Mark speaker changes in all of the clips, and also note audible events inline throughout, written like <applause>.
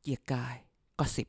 Speaker 1: เกียร์กายก็สิบ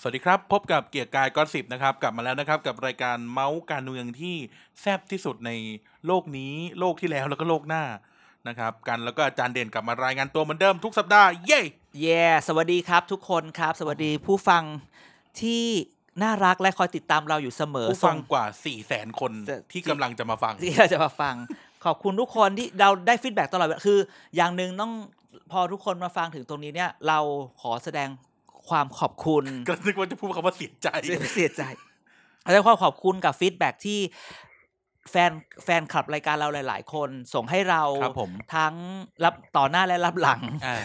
Speaker 2: สวัสดีครับ พบกับเกียร์กายก็สิบนะครับ กลับมาแล้วนะครับ กับรายการเมาส์การเมืองที่แซ่บที่สุดในโลกนี้ โลกที่แล้วแล้วก็โลกหน้านะครับ กันแล้วก็อาจารย์เด่นกลับมารายงานตัวเหมือนเดิมทุกสัปดาห์เย้
Speaker 1: เย่สวัสดีครับทุกคนครับ สวัสดีผู้ฟังที่น่ารักและคอยติดตามเราอยู่เสมอ
Speaker 2: ผู้ฟัง
Speaker 1: ส่
Speaker 2: กว่า4ี่แสนคน
Speaker 1: จะ
Speaker 2: ที่กำลังจะมาฟัง
Speaker 1: ที่เราจะมาฟัง ขอบคุณทุกคนที่เราได้ฟีดแบ็กตลอดเวลาคือ อย่างหนึ่งต้องพอทุกคนมาฟังถึงตรงนี้เนี่ย เราขอแสดงความขอบคุณ
Speaker 2: ก็นึกว่าจะพูดคำว่าเสียใจ
Speaker 1: เสียใจแสดงความขอบคุณกับฟีดแบ็กที่แฟนแฟนคลับรายการเราหลาย ๆ คนส่งให้เรา
Speaker 2: ครับผม
Speaker 1: ทั้งรับต่อหน้าและรับหลัง
Speaker 2: อ่า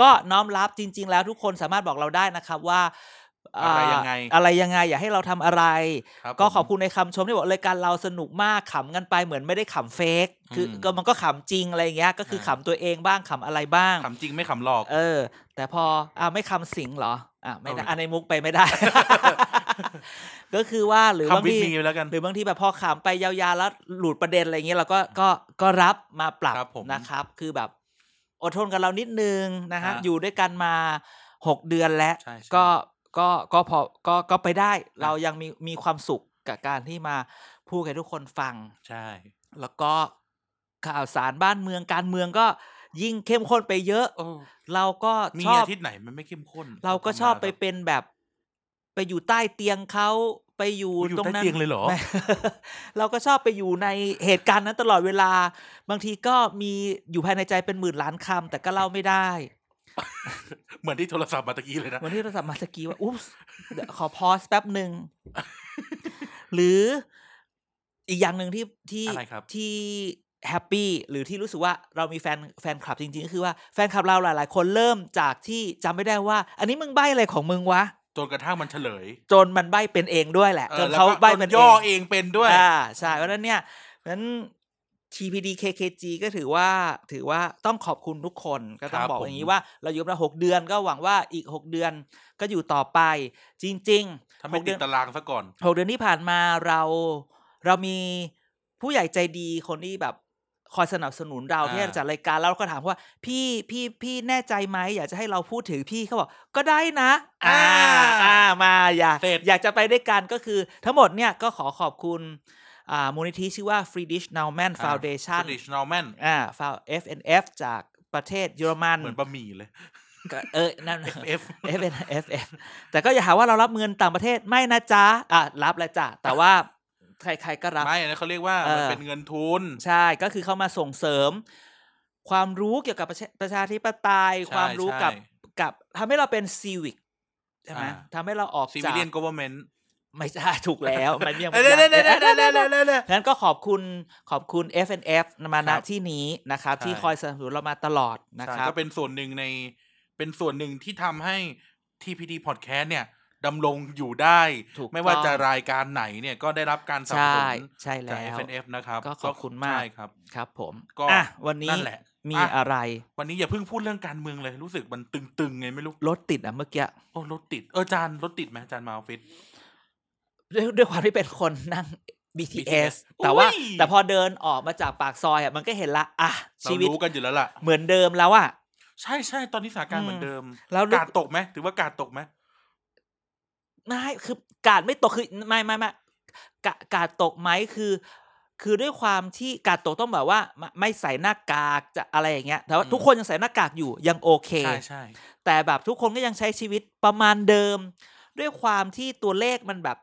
Speaker 1: ก็น้อมรับจริง ๆ แล้วทุกคนสามารถบอกเราได้นะครับว่าา
Speaker 2: อะไรยังไง
Speaker 1: อะไรยังไง อยากให้เราทำอะไร
Speaker 2: รัผม
Speaker 1: ก็ขอบคุณในคำชมที่บอกรายการเราสนุกมากขำกันไปเหมือนไม่ได้ขำเฟกคืออ
Speaker 2: ม
Speaker 1: ก็มันก็ขำจริงอะไรอย่างเงี้ย ก็คือ
Speaker 2: ใช่
Speaker 1: ขำตัวเองบ้างขำอะไรบ้าง
Speaker 2: ขำจริงไม่ขำหลอก
Speaker 1: เออ แต่พออ่าไม่คำสิงเหรออ่าไม่ได้
Speaker 2: เอาเลย
Speaker 1: อันในมุกไป
Speaker 2: <laughs>
Speaker 1: ไม่ได้ ก็คือว่าหรือบาง
Speaker 2: คำวิท
Speaker 1: ที
Speaker 2: มีไปแล้วกัน
Speaker 1: หรือบางทีแบบพอขำไปยาวๆแล้วหลุดประเด็นอะไรเงี้ยเราก็ก็ก็รับมาปรับ
Speaker 2: ครับผม
Speaker 1: นะครับ คือแบบอดทนกับเรานิดนึงนะฮะ
Speaker 2: ฮะ
Speaker 1: อยู่ด้วยกันมาหกเดือนแล้ว
Speaker 2: ใช่ใช่
Speaker 1: ก็ก็ก็พอก็ก็ไปได้ เรายังมีมีความสุขกับการที่มาพูดให้ทุกคนฟัง
Speaker 2: ใช่
Speaker 1: แล้วก็ข่าวสารบ้านเมืองการเมืองก็ยิ่งเข้มข้นไปเยอะ เราก็
Speaker 2: มี
Speaker 1: ชอบ
Speaker 2: อาทิตย์ไหนมันไม่เข้มข้น
Speaker 1: เราก็ชอบ
Speaker 2: ธรรม
Speaker 1: ไป
Speaker 2: ดา
Speaker 1: เป็นแบบ ไปอยู่ใต้เตียงเขาไปอยู่
Speaker 2: อุ๊ยอยู่
Speaker 1: ตรง
Speaker 2: ใต้
Speaker 1: นั้น
Speaker 2: เตียงเลยเหรอ
Speaker 1: แม่ <laughs> เราก็ชอบไปอยู่ในเหตุการณ์นั้นตลอดเวลา บางทีก็มีอยู่ภายในใจเป็นหมื่นล้านคำแต่ก็เล่าไม่
Speaker 2: <laughs>
Speaker 1: ได้
Speaker 2: เหมือนที่โทรศัพท์มาตะกี้เลยนะ
Speaker 1: วันที่เราสัมมาสกีว่าอุ๊บเดี๋ยวขอพอสแป๊บหนึ่ง หรืออีกอย่างหนึ่งที่ที่
Speaker 2: อะไรครับ
Speaker 1: ที่แฮปปี้หรือที่รู้สึกว่าเรามีแฟนแฟนคลับจริงๆ ก็คือว่าแฟนคลับเราหลาย ๆ คนเริ่มจากที่จำไม่ได้ว่า อันนี้มึงใบ้อะไรของมึงวะ
Speaker 2: จนกระทั่งมันเฉลย
Speaker 1: จนมันใบเป็นเองด้วยแหละ
Speaker 2: อ
Speaker 1: จ
Speaker 2: อน แล้ว
Speaker 1: เขา
Speaker 2: ก็
Speaker 1: ใบ
Speaker 2: จ
Speaker 1: เป็น
Speaker 2: ย่อเองเป็นด้วย
Speaker 1: อ่าใช่เพราะฉะนั้นเนี่ยนั้น TPD KKG ก็ถือว่าถือว่าต้องขอบคุณทุกคนก็ต้อง
Speaker 2: ครับ
Speaker 1: บอก
Speaker 2: ผม
Speaker 1: อย่างนี้ว่า เราอยู่มาหกเดือนก็หวังว่าอีกหกเดือนก็อยู่ต่อไป จริง
Speaker 2: ถ้า
Speaker 1: ๆห
Speaker 2: ไม่
Speaker 1: ก
Speaker 2: ติ
Speaker 1: เดื
Speaker 2: ด
Speaker 1: อน
Speaker 2: ตารางซะก่อน
Speaker 1: หกเดือนที่ผ่านมาเราเรามีผู้ใหญ่ใจดีคนที่แบบคอยสนับสนุนเรา
Speaker 2: อ่า
Speaker 1: ที่จะจัดรายการแล้วเราก็ถามว่า พี่พี่พี่แน่ใจไหมอยากจะให้เราพูดถึงพี่เขาบอกก็ได้นะ อ่าอ่ามาอย่า
Speaker 2: เสร็จ
Speaker 1: อยากจะไปด้วยกันก็คือทั้งหมดเนี่ยก็ขอขอบคุณอ่ามูลนิธิชื่อว่า Friedrich Naumann
Speaker 2: อ่า
Speaker 1: Foundation
Speaker 2: Swedish Norman
Speaker 1: อ่า FNF จากประเทศเยอรมัน
Speaker 2: เหมือนบะหมี่เลย
Speaker 1: ก็เออนั่น
Speaker 2: F <laughs>
Speaker 1: FNF แต่ก็อย่าหาว่าเรารับเงินต่างประเทศไม่นะจ๊ะ อ่ะ รับแหละจ้ะ แต่ว่าใครๆก็รับ
Speaker 2: ไม่อันนั้นเขาเรียกว่า
Speaker 1: เออ
Speaker 2: มันเป็นเงินทุน
Speaker 1: ใช่ก็คือเข้ามาส่งเสริม ความรู้เกี่ยวกับประชาประชาธิปไตย
Speaker 2: ใช่
Speaker 1: ความรู้กับ
Speaker 2: ใช่
Speaker 1: กับทำให้เราเป็นซีวิกใช่ไหม
Speaker 2: อ่า
Speaker 1: ทำให้เราออกจาก
Speaker 2: civilian government
Speaker 1: ไม่ใช่ถูกแล้วมันยัง
Speaker 2: เอ้ย
Speaker 1: ไม่
Speaker 2: เด้
Speaker 1: ได้
Speaker 2: เด้เด้เด้เด้เด้เด้
Speaker 1: ฉะนั้นก็ขอบคุณขอบคุณ FNF มาณ
Speaker 2: ครับ
Speaker 1: ที่นี้นะครับ
Speaker 2: ใช่
Speaker 1: ที่คอยสนับสนุนเรามาตลอดนะ
Speaker 2: ใช่
Speaker 1: ครับ
Speaker 2: ก็เป็นส่วนหนึ่งในเป็นส่วนหนึ่งที่ทำให้ TPD Podcast เนี่ยดำรงอยู่ได้
Speaker 1: ถูก
Speaker 2: ไม่ว่า
Speaker 1: ต้อง
Speaker 2: จะรายการไหนเนี่ยก็ได้รับการสนับส
Speaker 1: ใช่
Speaker 2: นุน
Speaker 1: ใช่
Speaker 2: จาก
Speaker 1: แล้ว
Speaker 2: FNF นะครับ
Speaker 1: ก็ขอบคุณมาก
Speaker 2: ใช่ครับ
Speaker 1: ครับผม
Speaker 2: ก็
Speaker 1: อ่ะวันนี้
Speaker 2: นั่นแหละ
Speaker 1: มี
Speaker 2: อ่ะ
Speaker 1: อะไร
Speaker 2: วันนี้อย่าเพิ่งพูดเรื่องการเมืองเลยรู้สึกมันตึงๆไงไม่รู้
Speaker 1: รถติดอ่ะเมื่อกี้
Speaker 2: โอ้รถติดเออจานรถติดไหมจานมาออฟฟิศ
Speaker 1: ด้วยด้วยความที่เป็นคนนั่ง BTS
Speaker 2: BTS
Speaker 1: แต่ว่า
Speaker 2: อุ๊ย
Speaker 1: แต่พอเดินออกมาจากปากซอยอ่ะมันก็เห็นละอ่ะ
Speaker 2: เรา
Speaker 1: ชีวิต
Speaker 2: รู้กันอยู่แล้วล่ะ
Speaker 1: เหมือนเดิมแล้วอ่ะ
Speaker 2: ใช่ใช่ตอนนี้สถานการณ์เหมือ
Speaker 1: อืม
Speaker 2: นเดิม
Speaker 1: แล้วนึก
Speaker 2: กาดตกไหมถือว่ากาดตกไหม
Speaker 1: ไม่คือกาดไม่ตกคือไม่ไม่ไม่กะกาดตกไหมคือ คือด้วยความที่กาดตกต้องแบบว่าไม่ไม่ใส่หน้ากากจะอะไรอย่างเงี้ยแต่ว่า
Speaker 2: อืม
Speaker 1: ทุกคนยังใส่หน้ากากอยู่ยังโอเค
Speaker 2: ใช่ใช่
Speaker 1: แต่แบบทุกคนก็ยังใช้ชีวิตประมาณเดิม ด้วยความที่ตัวเลขมันแบบ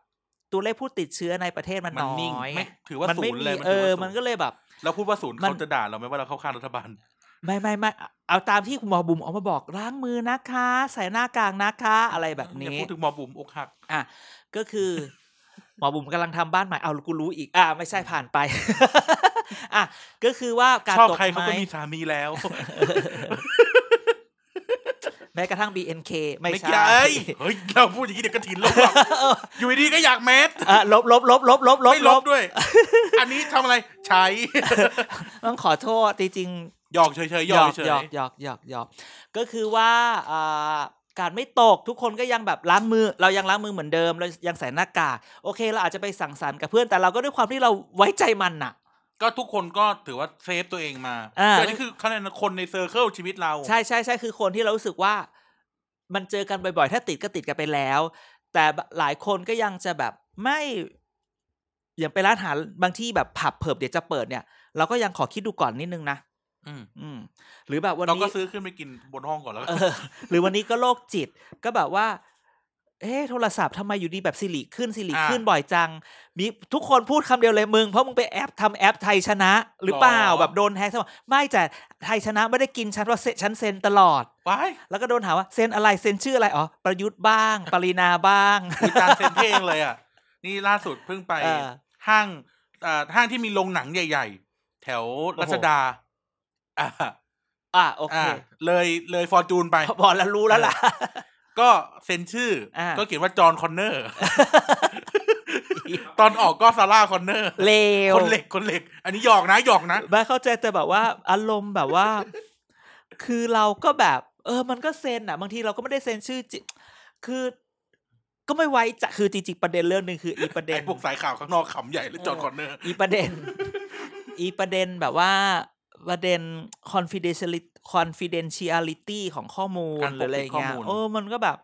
Speaker 1: ตัวเลขผู้ติดเชื้อในประเทศมัน
Speaker 2: มัน
Speaker 1: น้
Speaker 2: นิ่ง
Speaker 1: อย
Speaker 2: ไม่ถือว่า
Speaker 1: มัน
Speaker 2: ศู
Speaker 1: ไม่
Speaker 2: นย์
Speaker 1: มี
Speaker 2: เลย
Speaker 1: เออ
Speaker 2: มั
Speaker 1: มัน น
Speaker 2: ก็
Speaker 1: ก็เลยแบบ
Speaker 2: เราพูดว่าศูนย์
Speaker 1: มัน
Speaker 2: เขาจะด่าเราไหมว่าเราเข้าข้างรัฐบาล
Speaker 1: ไม่ไม่ไม่เอาตามที่คุณหมอบุ๋มออกมาบอกล้างมือนะคะ ใส่หน้ากากนะคะ อะไรแบบ
Speaker 2: อย่า
Speaker 1: นี้
Speaker 2: พูดถึงหมอบุ๋มอกหัก
Speaker 1: อ่ะก็คือ
Speaker 2: <laughs>
Speaker 1: หมอบุ๋มกำลังทำบ้านใหม่เอากูรู้อีก อ่ะไม่ใช่ผ่านไป <laughs> อ่ะก็คือว่าการ
Speaker 2: ชอบ
Speaker 1: ตก
Speaker 2: ใครเขา
Speaker 1: ไม้
Speaker 2: ก็มีสามีแล้ว
Speaker 1: แม้กระทั่ง BNK ไม่
Speaker 2: ไม่
Speaker 1: ใช่
Speaker 2: ใช่
Speaker 1: <laughs>
Speaker 2: เฮ้ยเราพูดอย่างนี้เดี๋ยวกระถินลบหรอกอยู่ดีๆก็อยากแมส
Speaker 1: อ่ะลบลบลบลบลบลบ
Speaker 2: ไม่ลบด้วย อันนี้ทำอะไรใช้ <laughs>
Speaker 1: ต้องขอโทษจริงๆ
Speaker 2: หยอกเฉยๆหย
Speaker 1: หย
Speaker 2: อ
Speaker 1: อก ก
Speaker 2: เฉ
Speaker 1: หยอก
Speaker 2: ย
Speaker 1: หยอกหยอกหยอกก็คือว่าอ่าการไม่ตกทุกคนก็ยังแบบล้างมือ เรายังล้างมือเหมือนเดิมเรายังใส่หน้ากากโอเค เราอาจจะไปสั่งสรรค์กับเพื่อนแต่เราก็ด้วยความที่เราไว้ใจมันน่ะ
Speaker 2: ๆก็ทุกคนก็ถือว่าเซฟตัวเองมา
Speaker 1: อ่า
Speaker 2: แต่นี่คือคะแนนคนในเซอร์เคิลชีวิตเรา
Speaker 1: ใช่ใช่ใช่คือคนที่เรารู้สึกว่า มันเจอกันบ่อยๆ ถ้าติดก็ติดกันไปแล้ว แต่หลายคนก็ยังจะแบบไม่ อย่างไปร้านอาหารบางที่แบบผับเพิบเดี๋ยวจะเปิดเนี่ย เราก็ยังขอคิดดูก่อนนิดนึงนะ
Speaker 2: อืม
Speaker 1: อืม หรือแบบวัน
Speaker 2: เรา
Speaker 1: นี้
Speaker 2: ก็ซื้อขึ้นไปกินบนห้องก่อนแล้วกัน
Speaker 1: เออหรือวันนี้ก็โรคจิตก็แบบว่า เอ๊ะโทรศัพท์ทำไมอยู่ดีแบบสิริขึ้นสิริ
Speaker 2: อ่า
Speaker 1: ขึ้นบ่อยจัง มีทุกคนพูดคำเดียวเลยมึง เพราะมึงไปแอปทำแอปไทยชนะ หรือเปล่าแบบโดนแฮกสมองไม่แต่ไทยชนะไม่ได้กินฉันว่าะเซ็นฉันเซ็นตลอด
Speaker 2: ว้าย
Speaker 1: แล้วก็โดนหาว่าเซ็นอะไรเซ็นชื่ออะไรอ๋อประยุทธ์บ้าง ปรินาบ้าง
Speaker 2: คือจานเซนเท่งเลยอ่ะ นี่ล่าสุดเพิ่งไป
Speaker 1: เออ
Speaker 2: ห้างอ่าห้างที่มีโรงหนังใหญ่ ๆ แถวรัชดา อ่า
Speaker 1: อ่ะโอเค
Speaker 2: อ่าเลยเลยฟอร์จูนไป
Speaker 1: บอกแล้วรู้แล้วล่ะ
Speaker 2: ก็เซ็นชื่ออา ก็เขียนว่าจอห์นคอนเน
Speaker 1: <laughs>
Speaker 2: อร์ ตอนออกก็ซาร่าคอนเนอร์
Speaker 1: เลว
Speaker 2: คนเหล็กคนเหล็ก อันนี้หยอกนะหยอกนะ
Speaker 1: ไม่เข้าใจแต่แบบว่า อารมณ์แบบว่า คือเราก็แบบ เออ มันก็เซ็นอ่ะ บางทีเราก็ไม่ได้เซ็นชื่อจริคือ ก็ไม่ไว้จะคือจริงๆประเด็นเรื่องหนึ่งคืออีประเด็น
Speaker 2: ไอ้พวกสายข่าวข้างนอกขำใหญ่เลยจอห์นคอนเนอร์
Speaker 1: อีประเด็น อีประเด็นแบบว่าประเด็น confidentiality confidentiality ของข้อมูล
Speaker 2: การ
Speaker 1: ห
Speaker 2: ปกปิด
Speaker 1: รืออะไรเงี้
Speaker 2: ข้
Speaker 1: ย
Speaker 2: อมูล
Speaker 1: เออมันก็แบบ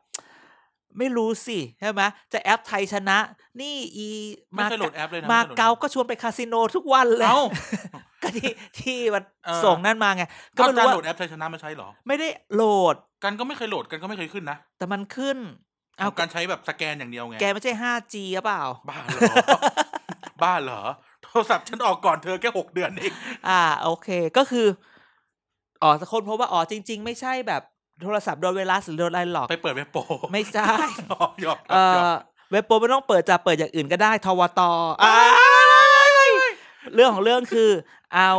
Speaker 1: ไม่รู้สิใช่ไหมจะแอปไทยชนะ นี่อี
Speaker 2: ไม่เคยโหลดแอปเลยนะ
Speaker 1: มา
Speaker 2: ไคยโหลดแอป
Speaker 1: เก๊าก็ชวนไปคาสิโนทุกวันเลย
Speaker 2: เอ้า
Speaker 1: <laughs> ก็ที่ที่มัน
Speaker 2: เออ
Speaker 1: ส่งนั่นมาไง ก็
Speaker 2: ก็
Speaker 1: ไม่รู้
Speaker 2: การ
Speaker 1: ว่า
Speaker 2: โหลดแอปไทยชนะมาใช้เหรอ
Speaker 1: ไม่ได้โหลด
Speaker 2: กันก็ไม่เคยโหลดกันก็ไม่เคยขึ้นนะ
Speaker 1: แต่มันขึ้น เอา
Speaker 2: ของการใช้แบบสแกนอย่างเดียวไง
Speaker 1: แกไม่ใช่ 5G หรือเปล่า
Speaker 2: บ้าเหรอ <laughs> บ้าเหรอ โทรศัพท์ฉันออกก่อนเธอแค่หกเดือนเอง
Speaker 1: อ่า โอเคก็คืออ๋อสักคนพบว่าอ๋อจริง ๆ ไม่ใช่แบบโทรศัพท์โดนไวรัสหรือโดนอะไรหรอก
Speaker 2: ไปเปิดเว็บโป
Speaker 1: ไม่ใช่
Speaker 2: <laughs> หยอกหยอก
Speaker 1: เอ่อเว็บโปรไม่ต้องเปิดจะเปิดอย่างอื่นก็ได้ทวตอ่าเรื่องของเรื่องคือเอา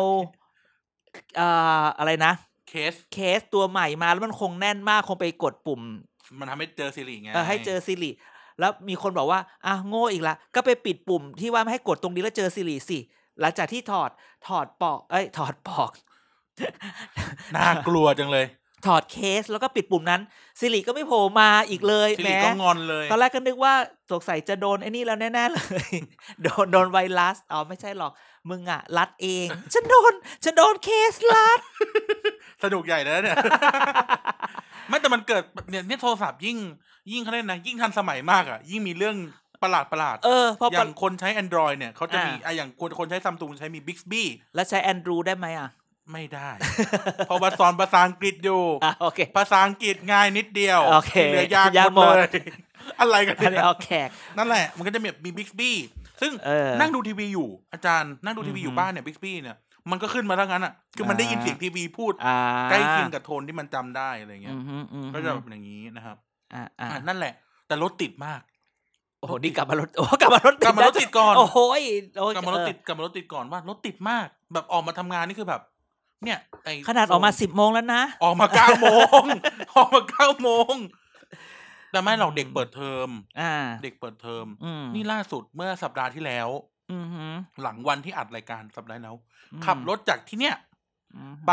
Speaker 1: เอ่ออะไรนะ
Speaker 2: เคส
Speaker 1: เคสตัวใหม่มาแล้วมันคงแน่นมากคงไปกดปุ่ม
Speaker 2: มันทำให้เจอสิริไง
Speaker 1: เออให้เจอซิริแล้วมีคนบอกว่าอ่ะโง่อีกละก็ไปปิดปุ่มที่ว่าไม่ให้กดตรงนี้แล้วเจอซิริสิ หลังจากที่ถอดถอดปอก เอ้ย ถอดปอก <laughs>
Speaker 2: น่ากลัวจังเลย
Speaker 1: ถอดเคสแล้วก็ปิดปุ่มนั้นซิริก็ไม่โผล่มาอีกเลย
Speaker 2: สิ
Speaker 1: แหม
Speaker 2: ริก็งอนเลย
Speaker 1: ตอนแรกก็นึกว่าสงสัยจะโดนไอ้นี่แล้วแน่ ๆ เลย <laughs> โดนโดนไวรัสอ๋อไม่ใช่หรอก มึงอะรัดเอง
Speaker 2: <laughs>
Speaker 1: ฉันโดนฉันโดนเคสรัด
Speaker 2: สนุกใหญ่แล้วเนี่ย <laughs> ไม่แต่มันเกิดเนี่ยเนี่ยโทรศัพท์ยิ่ง ยิ่งเขาเรียกนะ ยิ่งทันสมัยมากอ่ะ ยิ่งมีเรื่องประหลาดประหลาด
Speaker 1: เออพอ
Speaker 2: อ
Speaker 1: ปะ
Speaker 2: ย่างคนใช้ Android เนี่ยเขาจะมี
Speaker 1: อ่า
Speaker 2: อ่ะอย่างคนคนใช้ซัมซุงใช้มี Bixby
Speaker 1: แล้วใช้แอนดรูได้ไหมอ่ะ
Speaker 2: ไม่ได้
Speaker 1: <laughs>
Speaker 2: เพอมาสอนภาษาอังกฤษอยู่
Speaker 1: อ่ะโอเค <laughs>
Speaker 2: ภาษาอังกฤษง่ายนิดเดียว
Speaker 1: โอเค
Speaker 2: ที่เหลือยาก
Speaker 1: ยาก
Speaker 2: หม
Speaker 1: ห
Speaker 2: ด
Speaker 1: ม
Speaker 2: เล
Speaker 1: ด
Speaker 2: ย อะไรกัน
Speaker 1: อัน
Speaker 2: เนี่
Speaker 1: นี้
Speaker 2: ย
Speaker 1: เอาแขก
Speaker 2: นั่นแหละ มันก็จะมีมี Bixby ซึ่ง
Speaker 1: เออ
Speaker 2: นั่งดูทีวีอยู่ อาจารย์นั่งดูทีวีอยู่
Speaker 1: อือหือ
Speaker 2: บ้านเนี่ย Bixby เนี่ยมันก็ขึ้นมาทั้งนั้นอ่ะ คือมันได้ยิน
Speaker 1: อ่า
Speaker 2: เสียงทีวีพูด
Speaker 1: อ่า
Speaker 2: ใกล้เคียงกับโทนที่มันจำได้อะไรเงี้ย
Speaker 1: อือฮึอือฮึ
Speaker 2: ก็จะแบบอย่างนี้นะครับ
Speaker 1: อ่าอ่า
Speaker 2: อ่ะนั่นแหละ แต่รถติดมาก
Speaker 1: โอ้โห นี่กลับมารถ โอ้กลับมารถติด
Speaker 2: กลับมารถติดก่อน
Speaker 1: โอ้โหยโอ้ย
Speaker 2: กลับมารถติด
Speaker 1: เ
Speaker 2: กลับมารถติดก่อนว่ารถติดมาก แบบออกมาทำงานนี่คือแบบ เนี่ยไ
Speaker 1: ออขนาดออกมาสิบโมงแล้วนะ
Speaker 2: ออกมาเก้าโมง <laughs> ออกมาเก้าโมงแต่ไม่หรอกเด็กเปิดเทอม
Speaker 1: อ่า
Speaker 2: เด็กเปิดเทอม
Speaker 1: อืม
Speaker 2: นี่ล่าสุดเมื่อสัปดาห์ที่แล้ว
Speaker 1: อือหือ
Speaker 2: หลังวันที่อัดรายการสัปดาห์แล้ว
Speaker 1: อืม
Speaker 2: ขับรถจากที่เนี่ย
Speaker 1: อือหือ
Speaker 2: ไป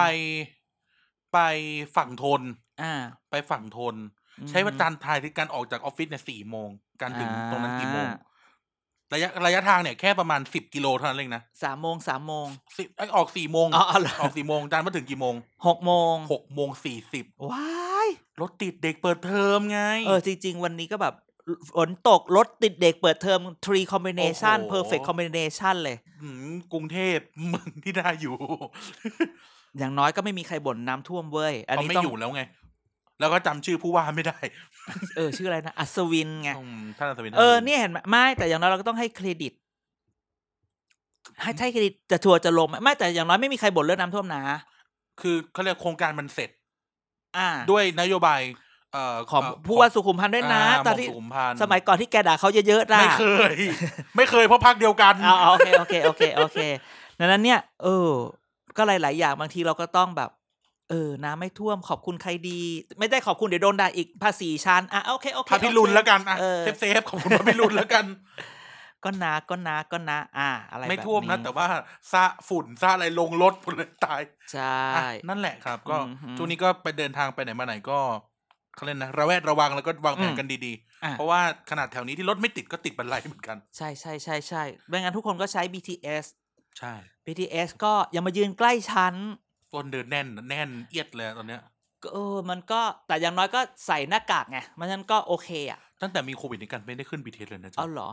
Speaker 2: ไปฝั่งทน
Speaker 1: อ่า
Speaker 2: ไปฝั่งทน ใช้วันจันทร์ทายที่การออกจากออฟฟิศเนี่ยสี่โมง การถึงตรงนั้นกี่โมง
Speaker 1: อ่า
Speaker 2: ระยะระยะทางเนี่ยแค่ประมาณสิบกิโลเท่านั้นเองนะ
Speaker 1: สามโมงสามโมง
Speaker 2: สิบเอ้ยออกสี่โมง
Speaker 1: อ๋อเหรอ
Speaker 2: ออกสี่โมงจานมาถึงกี่โมง
Speaker 1: หกโมง
Speaker 2: หกโมงสี่สิบ
Speaker 1: ว้าย
Speaker 2: รถติดเด็กเปิดเทอมไง
Speaker 1: เออ จริง ๆ วันนี้ก็แบบฝนตก รถติดเด็กเปิดเทอม three combination
Speaker 2: โอ้โห
Speaker 1: perfect combination เลย
Speaker 2: หืมกรุงเทพเมืองที่ได้อยู่
Speaker 1: อย่างน้อยก็ไม่มีใครบ่นน้ำท่วมเว้ย อัน
Speaker 2: เขา
Speaker 1: นี้
Speaker 2: ไม่
Speaker 1: ต้อง
Speaker 2: อยู่แล้วไง แล้วก็จำชื่อผู้ว่าไม่ได้
Speaker 1: เออ ชื่ออะไรนะ อัศวินไง
Speaker 2: อืมท่านอัศวิน
Speaker 1: เออเนี่ยเห็นไหมไม่แต่อย่างน้อยเราก็ต้องให้เครดิต ให้ใช้เครดิตจะทัวร์จะลงไหมไม่แต่อย่างน้อยไม่มีใครบ่นเรื่องน้ำท่วมนะ
Speaker 2: คือเขาเรียกโครงการมันเสร็จ
Speaker 1: อ่า
Speaker 2: ด้วยนโยบาย เอ่อ
Speaker 1: ของ
Speaker 2: เ
Speaker 1: ผู้ว่าสุขุมพันธ์ด้วยนะ
Speaker 2: า
Speaker 1: ตอนที่
Speaker 2: หม่มสุขุมพันธ์
Speaker 1: สมัยก่อนที่แกด่าเขาเยอะๆนะ
Speaker 2: ไม่เคย ไม่เคยเพราะพักเดียวกัน
Speaker 1: อ่าโอเคโอเคโอเคโอเคดังนั้นเนี่ย เออ ก็หลายๆอย่างบางทีเราก็ต้องแบบ เออ น้ำไม่ท่วมขอบคุณใครดี ไม่ได้ขอบคุณเดี๋ยวโดนด่าอีกภาษีชั้นอ่ะโอเคโอเค
Speaker 2: พระพิรุณ
Speaker 1: โอเค
Speaker 2: แล้วกันอ่ะ
Speaker 1: เออ
Speaker 2: เซฟเซฟๆขอบคุณพระพิรุณแล้วกัน
Speaker 1: ก็นะก็นะก็นะอ่า อะไร
Speaker 2: ไม่ท่วมนะ
Speaker 1: แบบ
Speaker 2: แต่ว่าซาฝุ่นซาอะไรลงรถหม <laughs> ดเลยตาย
Speaker 1: ใช่
Speaker 2: อ่ะนั่นแหละครับ ก็
Speaker 1: อือหือ
Speaker 2: ช่วงนี้ก็ไปเดินทางไปไหนมาไหนก็เขาเรียกนะระแวดระวังแล้วก็วางแผน
Speaker 1: อืม
Speaker 2: กันดี
Speaker 1: อ่ะ
Speaker 2: ๆ เพราะว่าขนาดแถวนี้ที่รถไม่ติดก็ติดบันไดเหมือนกัน
Speaker 1: ใช่ใช่ใช่ใช่ไม่งั้นทุกคนก็ใช้ BTS
Speaker 2: ใช่
Speaker 1: BTS ก็อย่ามายืนใกล้ชั้น
Speaker 2: ต้นเดินแน่นแน่นเอียดเลยตอนเนี้ย
Speaker 1: ก็เออ มันก็แต่อย่างน้อยก็ใส่หน้ากากไงมันนั้นก็โอเคอ่ะ
Speaker 2: ตั้งแต่มีโควิดในกันไม่ได้ขึ้นบีเทสเลยนะจ๊ะ
Speaker 1: เอาเหรอ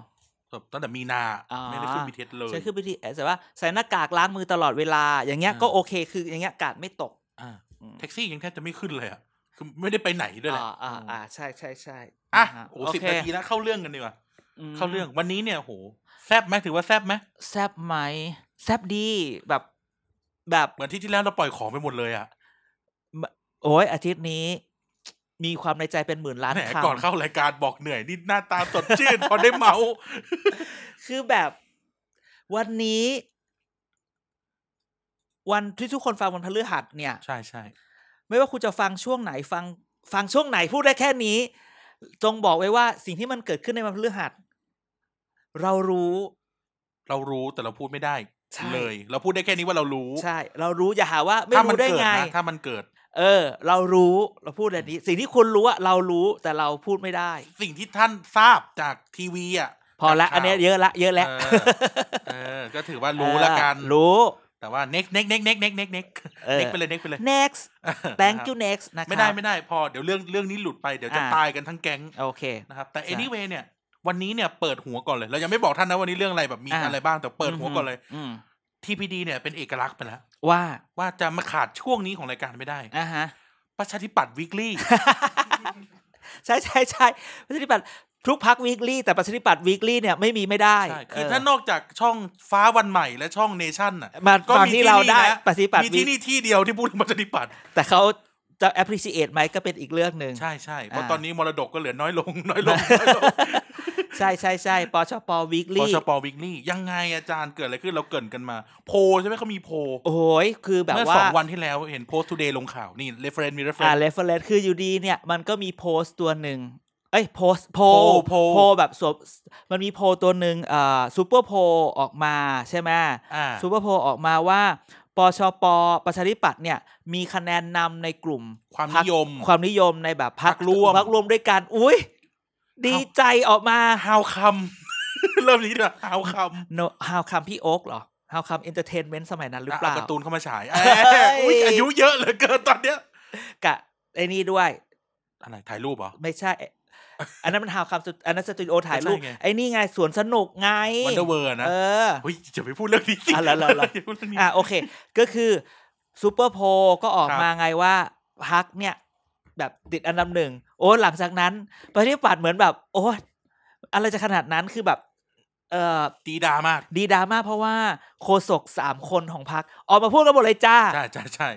Speaker 2: แบบตั้งแต่มีนา
Speaker 1: อ่า
Speaker 2: ไม่ได้ขึ้นบีเทสเลย
Speaker 1: ใช้คือ BTS แต่ว่าใส่หน้ากากล้างมือตลอดเวลา อย่างเงี้ย
Speaker 2: อ่า
Speaker 1: ก็โอเค คืออย่างเงี้ยกาดไม่ตก
Speaker 2: อ่า
Speaker 1: อืม
Speaker 2: แท็กซี่ยังแทบจะไม่ขึ้นเลยอ่ะคือไม่ได้ไปไหนด้วยแหละ
Speaker 1: อ่าอ่าอ่าใช่ใช่ใช่
Speaker 2: อ่ะ
Speaker 1: ฮ
Speaker 2: โอ้สิบนาทีแล้วเข้าเรื่องกันดีกว่า
Speaker 1: อืม
Speaker 2: เข้าเรื่องวันนี้เนี่ยโหแซบไหมถือว่าแซบไหม
Speaker 1: แซบไหมแซบดีแบบแบบ
Speaker 2: เหมือนที่ที่แล้วเราปล่อยของไปหมดเลยอ่ะ
Speaker 1: โอ้ยอาทิตย์นี้ มีความในใจเป็นหมื่นล้าน
Speaker 2: แหม
Speaker 1: คำ
Speaker 2: ก่อนเข้ารายการบอกเหนื่อยนี่หน้าตาสดชื่น พอได้เมาส์
Speaker 1: คือแบบวันนี้ วันที่ทุกคนฟังวันพฤหัสเนี่ย
Speaker 2: <laughs> ใช่ใช่
Speaker 1: ไม่ว่าคุณจะฟังช่วงไหนฟัง ฟังช่วงไหนพูดได้แค่นี้ จงบอกไว้ว่าสิ่งที่มันเกิดขึ้นในวันพฤหัส เรารู้
Speaker 2: เรารู้แต่เราพูดไม่ได้
Speaker 1: ใช่
Speaker 2: เลย เราพูดได้แค่นี้ว่าเรารู้
Speaker 1: ใช่ เรารู้อย่าหาว่าไม่
Speaker 2: ถ้ามั
Speaker 1: รู้ได้
Speaker 2: เกิด
Speaker 1: ไง
Speaker 2: นะถ้ามันเกิด
Speaker 1: เออ เรารู้เราพูดแบบนี้ สิ่งที่คุณรู้อะเรารู้แต่เราพูดไม่ได้
Speaker 2: สิ่งที่ท่านทราบจากทีวีอ่ะ
Speaker 1: พอละ
Speaker 2: จากข่าว
Speaker 1: อันเนี้ยเยอะละ เยอะแล้ว
Speaker 2: เออเออ ก็ถือว่ารู้ละกัน
Speaker 1: เออรู้
Speaker 2: แต่ว่า next next next next next next next
Speaker 1: เออ
Speaker 2: next ไปเลย next ไป <laughs> เลย
Speaker 1: next
Speaker 2: เออ
Speaker 1: thank
Speaker 2: นะครับ
Speaker 1: you next นะคะ
Speaker 2: ไม่ได้ไม่ได้พอเดี๋ยวเรื่องเรื่องนี้หลุดไปเดี๋ยวจะ
Speaker 1: อ่า
Speaker 2: ตายกันทั้งแก๊ง
Speaker 1: โอเค
Speaker 2: นะครับแต่
Speaker 1: ใช่
Speaker 2: anyway เนี่ยวันนี้เนี่ยเปิดหัวก่อนเลย เรายังไม่บอกท่านนะวันนี้เรื่องอะไรแบบมี
Speaker 1: อ่า
Speaker 2: อะไรบ้างแต่เปิดหัวก่อนเลย
Speaker 1: อืม
Speaker 2: TPD เนี่ยเป็นเอกลักษณ์ไปแล้ว
Speaker 1: ว่า
Speaker 2: ว่าจะมาขาดช่วงนี้ของรายการไม่ได้
Speaker 1: <laughs> อ่ะฮะ
Speaker 2: ประชาธิปัตย์ weekly
Speaker 1: ใช่ใช่ใช่ประชาธิปัตย์ทุกพักวีคลี่แต่ประชาธิปัตย์วีคลี่เนี่ยไม่มีไม่ได้
Speaker 2: ใช่คือ
Speaker 1: เ
Speaker 2: ถ้านอกจากช่องฟ้าวันใหม่และช่องเนชั่นอ่ะ
Speaker 1: มา
Speaker 2: ก็
Speaker 1: ฟัง
Speaker 2: มี
Speaker 1: ที่เราได้
Speaker 2: นี่นะ
Speaker 1: ประชาธิปัตย์
Speaker 2: มี
Speaker 1: วี
Speaker 2: ที่นี่ที่เดียวที่พูดถึงประชาธิ
Speaker 1: <laughs>
Speaker 2: ปัตย์
Speaker 1: แต่เขาจะ appreciate ไหมก็เป็นอีกเรื่องหนึ่ง
Speaker 2: ใช่ใช่เพราะ
Speaker 1: อ่า
Speaker 2: ตอนนี้มรดกก็เหลือน้อยลง <laughs> น้
Speaker 1: <laughs>
Speaker 2: อยลงน้อยลง
Speaker 1: ใช่ใช่ใช่ปชปวีค
Speaker 2: ป
Speaker 1: ลี่
Speaker 2: ชป weekly ยังไงอาจารย์เกิดอะไรขึ้นเราเกรินกันมา โพลใช่ไหมเขามีโพล
Speaker 1: โอ้ยคือแบบ
Speaker 2: เมื่อ
Speaker 1: ว่า
Speaker 2: สองวันที่แล้วเห็นโพสต์ทูเดย์ลงข่าวนี่ reference มี
Speaker 1: อ่า
Speaker 2: reference
Speaker 1: reference คืออยู่ดีเนี่ยมันก็มีโพสต์ตัวหนึ่งเอ้ยโพสโพ
Speaker 2: โพลโพ
Speaker 1: โพ
Speaker 2: ล
Speaker 1: แบบสวมมันมีโพลตัวหนึ่งอ่าซูเปอร์โพออกมาใช่ไหม
Speaker 2: อ่า
Speaker 1: ซูเปอร์โพลออกมาว่า ปชป ประชาธิปัตย์เนี่ย มีคะแนนนำในกลุ่ม
Speaker 2: ความ
Speaker 1: พรร
Speaker 2: นิยม
Speaker 1: ความนิยมในแบบพรรค
Speaker 2: พรรคร่วม
Speaker 1: พรรครวมด้วยกัน อุ้ยดีใจออกมา
Speaker 2: ฮาวคำ <laughs> เริ่มนี้ดีกว่าฮาวค
Speaker 1: no how come พี่โอ๊กเหรอ how come entertainment สมัยนั้น
Speaker 2: ำ
Speaker 1: หรือเปล่า
Speaker 2: การ์ตูนเข้ามาฉาย
Speaker 1: เอ้ย
Speaker 2: แอะอุ๊ยอายุเยอะเหลือเกินตอนเนี้ย
Speaker 1: กะไอ้นี่ด้วย
Speaker 2: อะไรถ่ายรูปเหรอ
Speaker 1: ไม่ใช่ อันนั้นมัน how come อันนั้นสตูดิโอถ่ายรูป
Speaker 2: ก็ใช่ไง
Speaker 1: ไอ้นี่ไงสวนสนุกไง
Speaker 2: วันเดอร์เวิร์นะ
Speaker 1: เออ
Speaker 2: เฮ้ยจะไปพูดเรื่องนี้สิ
Speaker 1: อ่ะเหรอเหรอเหรอ
Speaker 2: ย่าพูดเรื่องนี้
Speaker 1: อ่ะโอเค ก็คือซูเปอร์โพลก็ออก
Speaker 2: ครับ
Speaker 1: มาไงว่าพักเนี่ย แบบติดอันดับหนึ่ง โอ้หลังจากนั้นประชาธิปัตย์เหมือนแบบ โอ้อะไรจะขนาดนั้นคือแบบ เอ่อ
Speaker 2: ตีดามาก
Speaker 1: ดีดราม่าเพราะว่าโคศกสามคนของพัก ออกมาพูดกันหมดเลยจ้า
Speaker 2: ใช่ใช่ใช่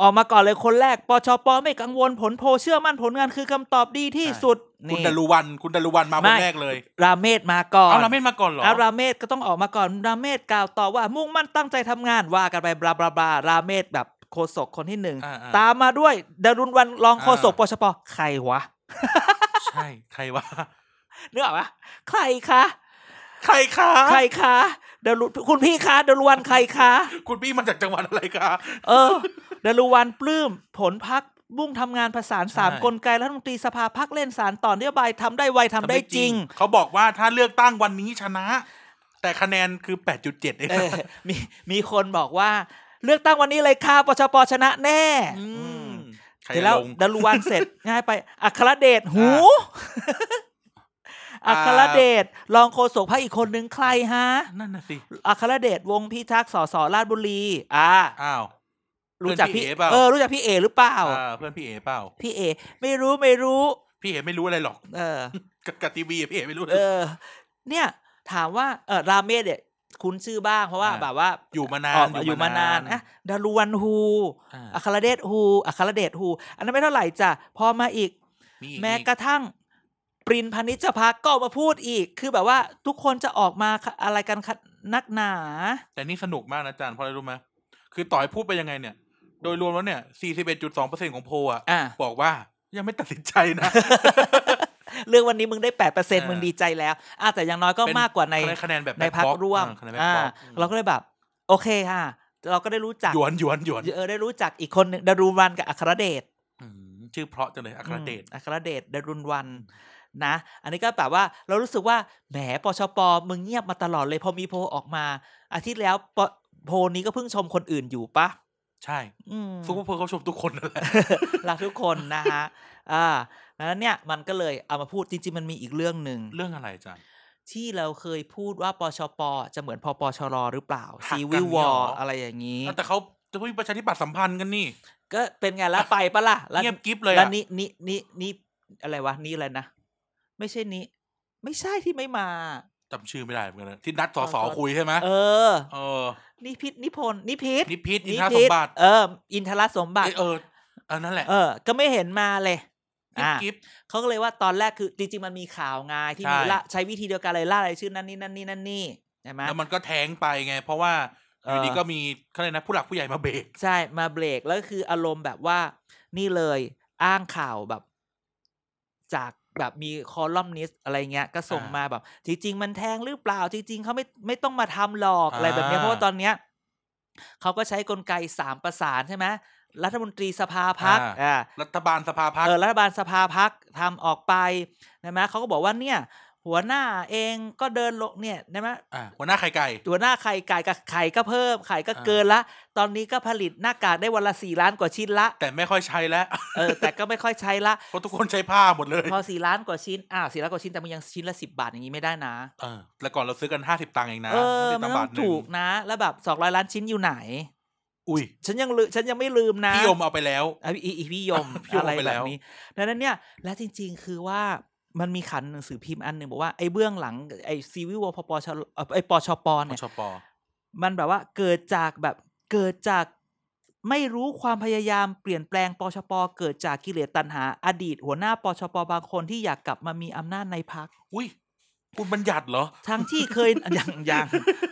Speaker 1: ออกมาก่อนเลยคนแรกปชปไม่กังวลผลโพลเชื่อมั่นผลงานคือคำตอบดีที่
Speaker 2: ใช่
Speaker 1: สุด
Speaker 2: คุณ
Speaker 1: นี่
Speaker 2: ดารุวันคุณดารุวันมาค
Speaker 1: ไม่
Speaker 2: นแรกเลย
Speaker 1: ราเมศมาก่อน
Speaker 2: เอาเราไม่มาก่อนเหรอ
Speaker 1: อาราเมศก็ต้องออกมาก่อน ราเมศกล่าวต่อว่ามุ่งมั่นตั้งใจทำงานว่ากันไปบลาบลาบลาราเมศแบบโคศกคนที่หนึ่ง
Speaker 2: อ่าๆ
Speaker 1: ตามมาด้วยดารุณวันรองโคศกป
Speaker 2: อ่า
Speaker 1: ชปใครวะ
Speaker 2: ใช่ใครวะ
Speaker 1: เนื้ออกปะใครคะ
Speaker 2: ใครคะ
Speaker 1: ใครคะดารุคุณพี่คะดารุวันใครคะ
Speaker 2: คุณพี่มาจากจังหวัดอะไรคะ
Speaker 1: เออดารุวันปลื้มผลพักมุ่งทำงานผสานสาม
Speaker 2: ใช่
Speaker 1: กลไกรัฐมนตรีสภาพักเล่นสารต่อนนโยบายทำได้ไวทำได้จริง
Speaker 2: เขาบอกว่าถ้าเลือกตั้งวันนี้ชนะ แต่คะแนนคือ 8.7เอง
Speaker 1: เอ
Speaker 2: นะ
Speaker 1: อมีมีคนบอกว่า เลือกตั้งวันนี้เลยค่ะปชปชนะแน่
Speaker 2: มใคร
Speaker 1: เสร็จแล้ว
Speaker 2: ลง
Speaker 1: ดารุวัน
Speaker 2: <laughs>
Speaker 1: เสร็จ ง่ายไป อัครเดชหู
Speaker 2: อ่า
Speaker 1: อัครเดชรองโฆษกพรรคอีกคนนึงใครฮะ
Speaker 2: นั่นน่ะสิ
Speaker 1: อัครเดชวงศ์พิทักษ์สสราชบุรี อ่า
Speaker 2: อ้าว
Speaker 1: รู้จักพี่
Speaker 2: เพื่อนพี่เอ๋เปล่า
Speaker 1: เออรู้จักพี่เอหรือเปล่า
Speaker 2: อ่าเพื่อนพี่เอเปล่า
Speaker 1: พี่เอ ไม่รู้ไม่รู้
Speaker 2: พี่เอ๋ไม่รู้อะไรหรอก
Speaker 1: เออ
Speaker 2: กับกับทีวีอะพี่เอ๋ไม่รู้
Speaker 1: เออ เนี่ย ถามว่าเออราเมศเนี่ยคุ้นชื่อบ้างเพราะว่า
Speaker 2: อ่า
Speaker 1: แบบว่า
Speaker 2: อยู่มานาน
Speaker 1: ออกอยู่มานานอ่ะดารุวันฮู
Speaker 2: อ่า
Speaker 1: อัครเดชฮูอัครเดชฮูอันนั้นไม่เท่าไหร่จ้ะพอมาอีก
Speaker 2: มี
Speaker 1: แม้
Speaker 2: อี
Speaker 1: กระทั่ง ปรินพนิจพักก็ออกมาพูดอีก คือแบบว่าทุกคนจะออกมาอะไรกันคะนักหนา
Speaker 2: แต่นี่สนุกมากนะอาจารย์เพราะอะไรรู้ไหมคือต่อยพูดไปยังไงเนี่ย โดยรวมแล้วเนี่ย 41.2%ของโพลอ่ะ
Speaker 1: อ่า
Speaker 2: บอกว่ายังไม่ตัดสินใจนะ
Speaker 1: เรื่องวันนี้มึงได้แปดเปอร์เซ็น
Speaker 2: อ
Speaker 1: มึงดีใจแล้วอ่ะแต่อย่างน้อยก็มากกว่า <laughs> ใน
Speaker 2: คะแนนแบบ
Speaker 1: ในพักร่วม
Speaker 2: คะแนนแบบ
Speaker 1: อ่า
Speaker 2: บล็อก
Speaker 1: เราก็เลยแบบ โอเคค่ะ เราก็ได้รู้จัก
Speaker 2: หยวนหยวนหยวน
Speaker 1: เออได้รู้จักอีกคนหนึ่งดารุณวันกับอัครเดช
Speaker 2: อืมชื่อเพราะจังเลยอัครเดช
Speaker 1: อัครเดชดารุณวันนะ อันนี้ก็แบบว่าเรารู้สึกว่าแหมปชปมึงเงียบมาตลอดเลยพอมีโพลออกมา อาทิตย์แล้วปโพลนี้ก็เพิ่งชมคนอื่นอยู่ปะ
Speaker 2: ใช่
Speaker 1: อืม
Speaker 2: ซุปเปอร์เพร์ลเขาชมทุกคนนั่
Speaker 1: <laughs>
Speaker 2: นแหละ
Speaker 1: รักทุกคนนะฮะอ่าดังนั้นเนี่ยมันก็เลยเอามาพูดจริงๆมันมีอีกเรื่องหนึ่ง
Speaker 2: เรื่องอะไรอาจารย์
Speaker 1: ที่เราเคยพูดว่าปชปจะเหมือนพปชรหรือเปล่า
Speaker 2: หัก
Speaker 1: ซี
Speaker 2: กัน
Speaker 1: วิววอ
Speaker 2: เหรออ
Speaker 1: อะไรอย่างนี้
Speaker 2: แต่เขาจะมีประชาธิปัตย์สัมพันธ์กันนี่
Speaker 1: ก็เป็นไงแล้วไปปะล่ะแล้ว
Speaker 2: เงียบกริบเลย
Speaker 1: แล้ว
Speaker 2: อะ
Speaker 1: นี่นี่นี่นี่อะไรวะนี่อะไรนะ ไม่ใช่นี้ ไม่ใช่ที่ไม่มา
Speaker 2: จำชื่อไม่ได้เหมือนกันนะที่นัดสอสอ
Speaker 1: สอสอ
Speaker 2: คุยใช่ไหม
Speaker 1: เออ
Speaker 2: เออ
Speaker 1: นิพิษนิพนธ์นิพิษ
Speaker 2: นิพิษอินทรสมบัติ
Speaker 1: เออ อินทรสมบัติ
Speaker 2: เอ้ยเอออันนั้นแหละ
Speaker 1: เออ ก็ไม่เห็นมาเลย
Speaker 2: เงีย
Speaker 1: อ่ะ
Speaker 2: บกริบ
Speaker 1: เขาก็เลยว่าตอนแรกคือจริงๆมันมีข่าวไงที่
Speaker 2: ใช่
Speaker 1: มีละใช้วิธีเดียวกันเลยล่ารายชื่อนั่นนี่นั่นนี่นั่นนี่ใช่ไหม
Speaker 2: แล้วมันก็แทงไปไง เพราะว่าอ
Speaker 1: เอออ
Speaker 2: ยู่ดีก็มีเขาเรียกนะผู้หลักผู้ใหญ่มาเบรก
Speaker 1: ใช่มาเบรกแล้วก็คืออารมณ์แบบว่า นี่เลยอ้างข่าวแบบ จากแบบมีคอลัมนิสต์อะไรเงี้ย ก็ส่ง
Speaker 2: อ่าม
Speaker 1: มาแบบ จริง ๆ มันแทงหรือเปล่า จริง ๆเขาไม่ไม่ต้องมาทำหลอกอะไรแบบเนี้ยเพ
Speaker 2: อ่า
Speaker 1: ราะว่าตอนเนี้ยเขาก็ใช้กลไกสามประสานใช่ไหมรัฐมนตรีสภาพักอ่า
Speaker 2: รัฐบาลสภาพัก
Speaker 1: เออรัฐบาลสภาพักทำออกไปนะมะเขาก็บอกว่าเนี่ย หัวหน้าเองก็เดินลงเนี่ยนะมะ
Speaker 2: อ่ะหัวหน้าไข่ไก่
Speaker 1: หัวหน้าไข่ไก่กับไข่ก็เพิ่มไข่ก็
Speaker 2: อ่า
Speaker 1: เกินละ ตอนนี้ก็ผลิตหน้ากากได้วันละสี่ล้านกว่าชิ้นละ
Speaker 2: แต่ไม่ค่อยใช้แล้ว <laughs>
Speaker 1: เออ แต่ก็ไม่ค่อยใช้ละ
Speaker 2: เพราะทุกคนใช้ผ้าหมดเลย
Speaker 1: พอสี่ล้านกว่าชิ้นอ้าวสี่ล้านกว่าชิ้นแต่มันยังชิ้นละสิบบาทอย่างนี้ไม่ได้นะ
Speaker 2: เออแต่ก่อนเราซื้อกันห้าสิบตังค์เองนะ
Speaker 1: เออ
Speaker 2: 50
Speaker 1: มัน
Speaker 2: ตั
Speaker 1: ต้
Speaker 2: บา
Speaker 1: อ
Speaker 2: ท
Speaker 1: ง
Speaker 2: หนึ่ง
Speaker 1: ถูกนะ แล้วแบบสองร้อยล้านชิ้นอยู่ไหน
Speaker 2: อุ้ย
Speaker 1: ฉันยังลืฉันยังไม่ลืมนะ
Speaker 2: พี่ยมเอาไปแล้ว
Speaker 1: อ่ะพี่อีอีพี่ยม
Speaker 2: <laughs> พี่ยม
Speaker 1: อะไร
Speaker 2: เอาไปแล้
Speaker 1: แบ
Speaker 2: ว
Speaker 1: บนี้ดังนั้นเนี่ย และจริง ๆ คือว่ามันมีขันหนังสือพิมพ์อันหนึ่งบอกว่าไอ้เบื้องหลังไอ้ซีวิวพปชเอ่อไอ้ปชป
Speaker 2: ป
Speaker 1: เนี่ย
Speaker 2: ชป
Speaker 1: มันแบบว่าเกิดจากแบบเกิดจากไม่รู้ความพยายามเปลี่ยนแปลงปชปเกิดจากกิเลสตัณหา อดีต หัวหน้าปชปบางคนที่อยากกลับมามีอำนาจในพัก
Speaker 2: อุ้ยคุณบัญญัติเหรอ
Speaker 1: ทั้งที่เคย <laughs> อย่างอย่าง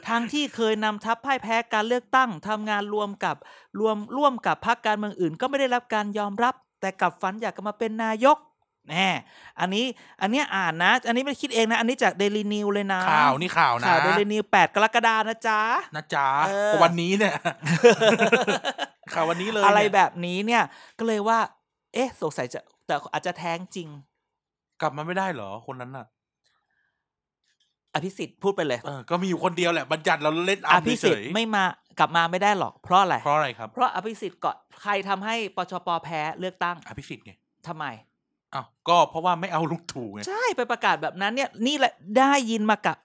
Speaker 1: ทั้งที่เคยนำทัพพ่ายแพ้การเลือกตั้งทำงานรวมกับรวมร่วมกับพรรคการเมืองอื่น ก็ไม่ได้รับการยอมรับ แต่กลับฝันอยากจะมาเป็นนายกแน่อันนี้อันเนี้ยอ่านนะ อันนี้ไม่ได้คิดเองนะ อันนี้จากเดลีนิวเลยนะ
Speaker 2: ข่าวนี่ข่าวนะ
Speaker 1: ข่าวเดลีนิวแปดกรกฎานะจ๊ะ
Speaker 2: นะจ๊ะ
Speaker 1: เออ
Speaker 2: วันนี้
Speaker 1: <laughs>
Speaker 2: เนี่ย ข่าววันนี้เลย
Speaker 1: อะไร
Speaker 2: เนี่ย
Speaker 1: แบบนี้เนี่ยก็เลยว่า เอ๊ะสงสัยจะแต่อาจจะแท้งจริง
Speaker 2: กลับมาไม่ได้เหรอคนนั้นน่ะ
Speaker 1: อภิสิทธิ์พูดไปเลย
Speaker 2: เออก็มีอยู่คนเดียวแหละบัญญัติเราเล่น
Speaker 1: อ
Speaker 2: อัพ
Speaker 1: ภิ
Speaker 2: เฉ
Speaker 1: สิท
Speaker 2: ย
Speaker 1: ธิ์ไม่มากลับมาไม่ได้หรอกเพราะอะไร
Speaker 2: ๆเพราะอะไรครับ
Speaker 1: เพราะอภิสิทธิ์ก่อนใครทำให้ปชปแพ้เลือกตั้ง
Speaker 2: อภิสิทธิ์ไง
Speaker 1: ทำไม
Speaker 2: อ้าวก็เพราะว่าไม่เอาลุงตู่ไง
Speaker 1: ใช่ไปประกาศแบบนั้นเนี่ยนี่แหละได้ยินมากับ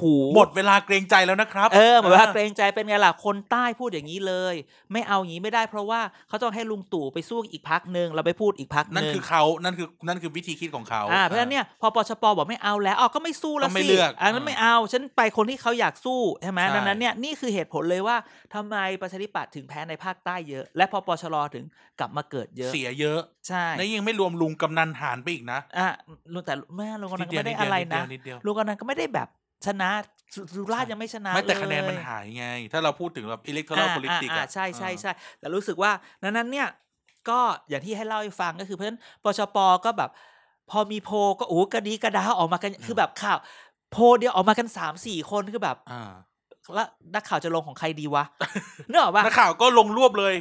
Speaker 1: หู
Speaker 2: หมดเวลาเกรงใจแล้วนะครับ
Speaker 1: เออหมดว่าเกรงใจเป็นไงล่ะคนใต้พูดอย่างนี้เลย ไม่เอาอย่างนี้ไม่ได้เพราะว่าเขาต้องให้ลุงตู่ไปสู้อีกพักหนึ่งเราไปพูดอีกพักห
Speaker 2: นั่น
Speaker 1: นึ่ง
Speaker 2: คือเขานั่นคือนั่นคือวิธีคิดของเขา
Speaker 1: อ่าเพราะฉะนั้นเนี่ยพอปชปบอกไม่เอาแล้วอ๋อก็ไม่สู้แล้ว
Speaker 2: ก็ไม่
Speaker 1: สิ
Speaker 2: เลือก
Speaker 1: อันนั้นไม่เอาฉันไปคนที่เขาอยากสู้ใช่ไหม
Speaker 2: ใช่
Speaker 1: ดังนั้นเนี่ยนี่คือเหตุผลเลยว่าทำไมประชาธิปัตย์ถึงแพ้ในภาคใต้เยอะ และพอปชรถึงกลับมาเกิดเยอะ
Speaker 2: เสียเยอะ
Speaker 1: ใช่
Speaker 2: และยังไม่รวมลุงกำนันหารไปอีกนะ
Speaker 1: อ่ะลุงแต่แม่ลุงกำนันก็ไม่ได้อะไรนะ
Speaker 2: นิดเดียว
Speaker 1: ลูกอันนั้นก็ไม่ได้แบบชนะสุสุราษฎร์
Speaker 2: ใช่
Speaker 1: ยังไม่ชนะ
Speaker 2: ไม่แต่คะแนน
Speaker 1: เลย
Speaker 2: มันหายไง ถ้าเราพูดถึงแบบอิเล็กทรอนิก
Speaker 1: อ่า
Speaker 2: ส์พลิติก
Speaker 1: อ่า
Speaker 2: อะ
Speaker 1: อ่าใช่ใช่ใช่แต่รู้สึกว่านั้นนั้นเนี่ย ก็อย่างที่ให้เล่าให้ฟังก็คือเพราะฉะนั้นปชปก็แบบ พอมีโพลก็โอ้กระดีกระดาออกมากันคือแบบข่าว โพลเดียวออกมากันสามสี่คนคือแบบ
Speaker 2: อ่า
Speaker 1: แล้วนักข่าวจะลงของใครดี
Speaker 2: <laughs>
Speaker 1: วะ เนกอะปะ
Speaker 2: นักข่าวก็ลงรวบเลย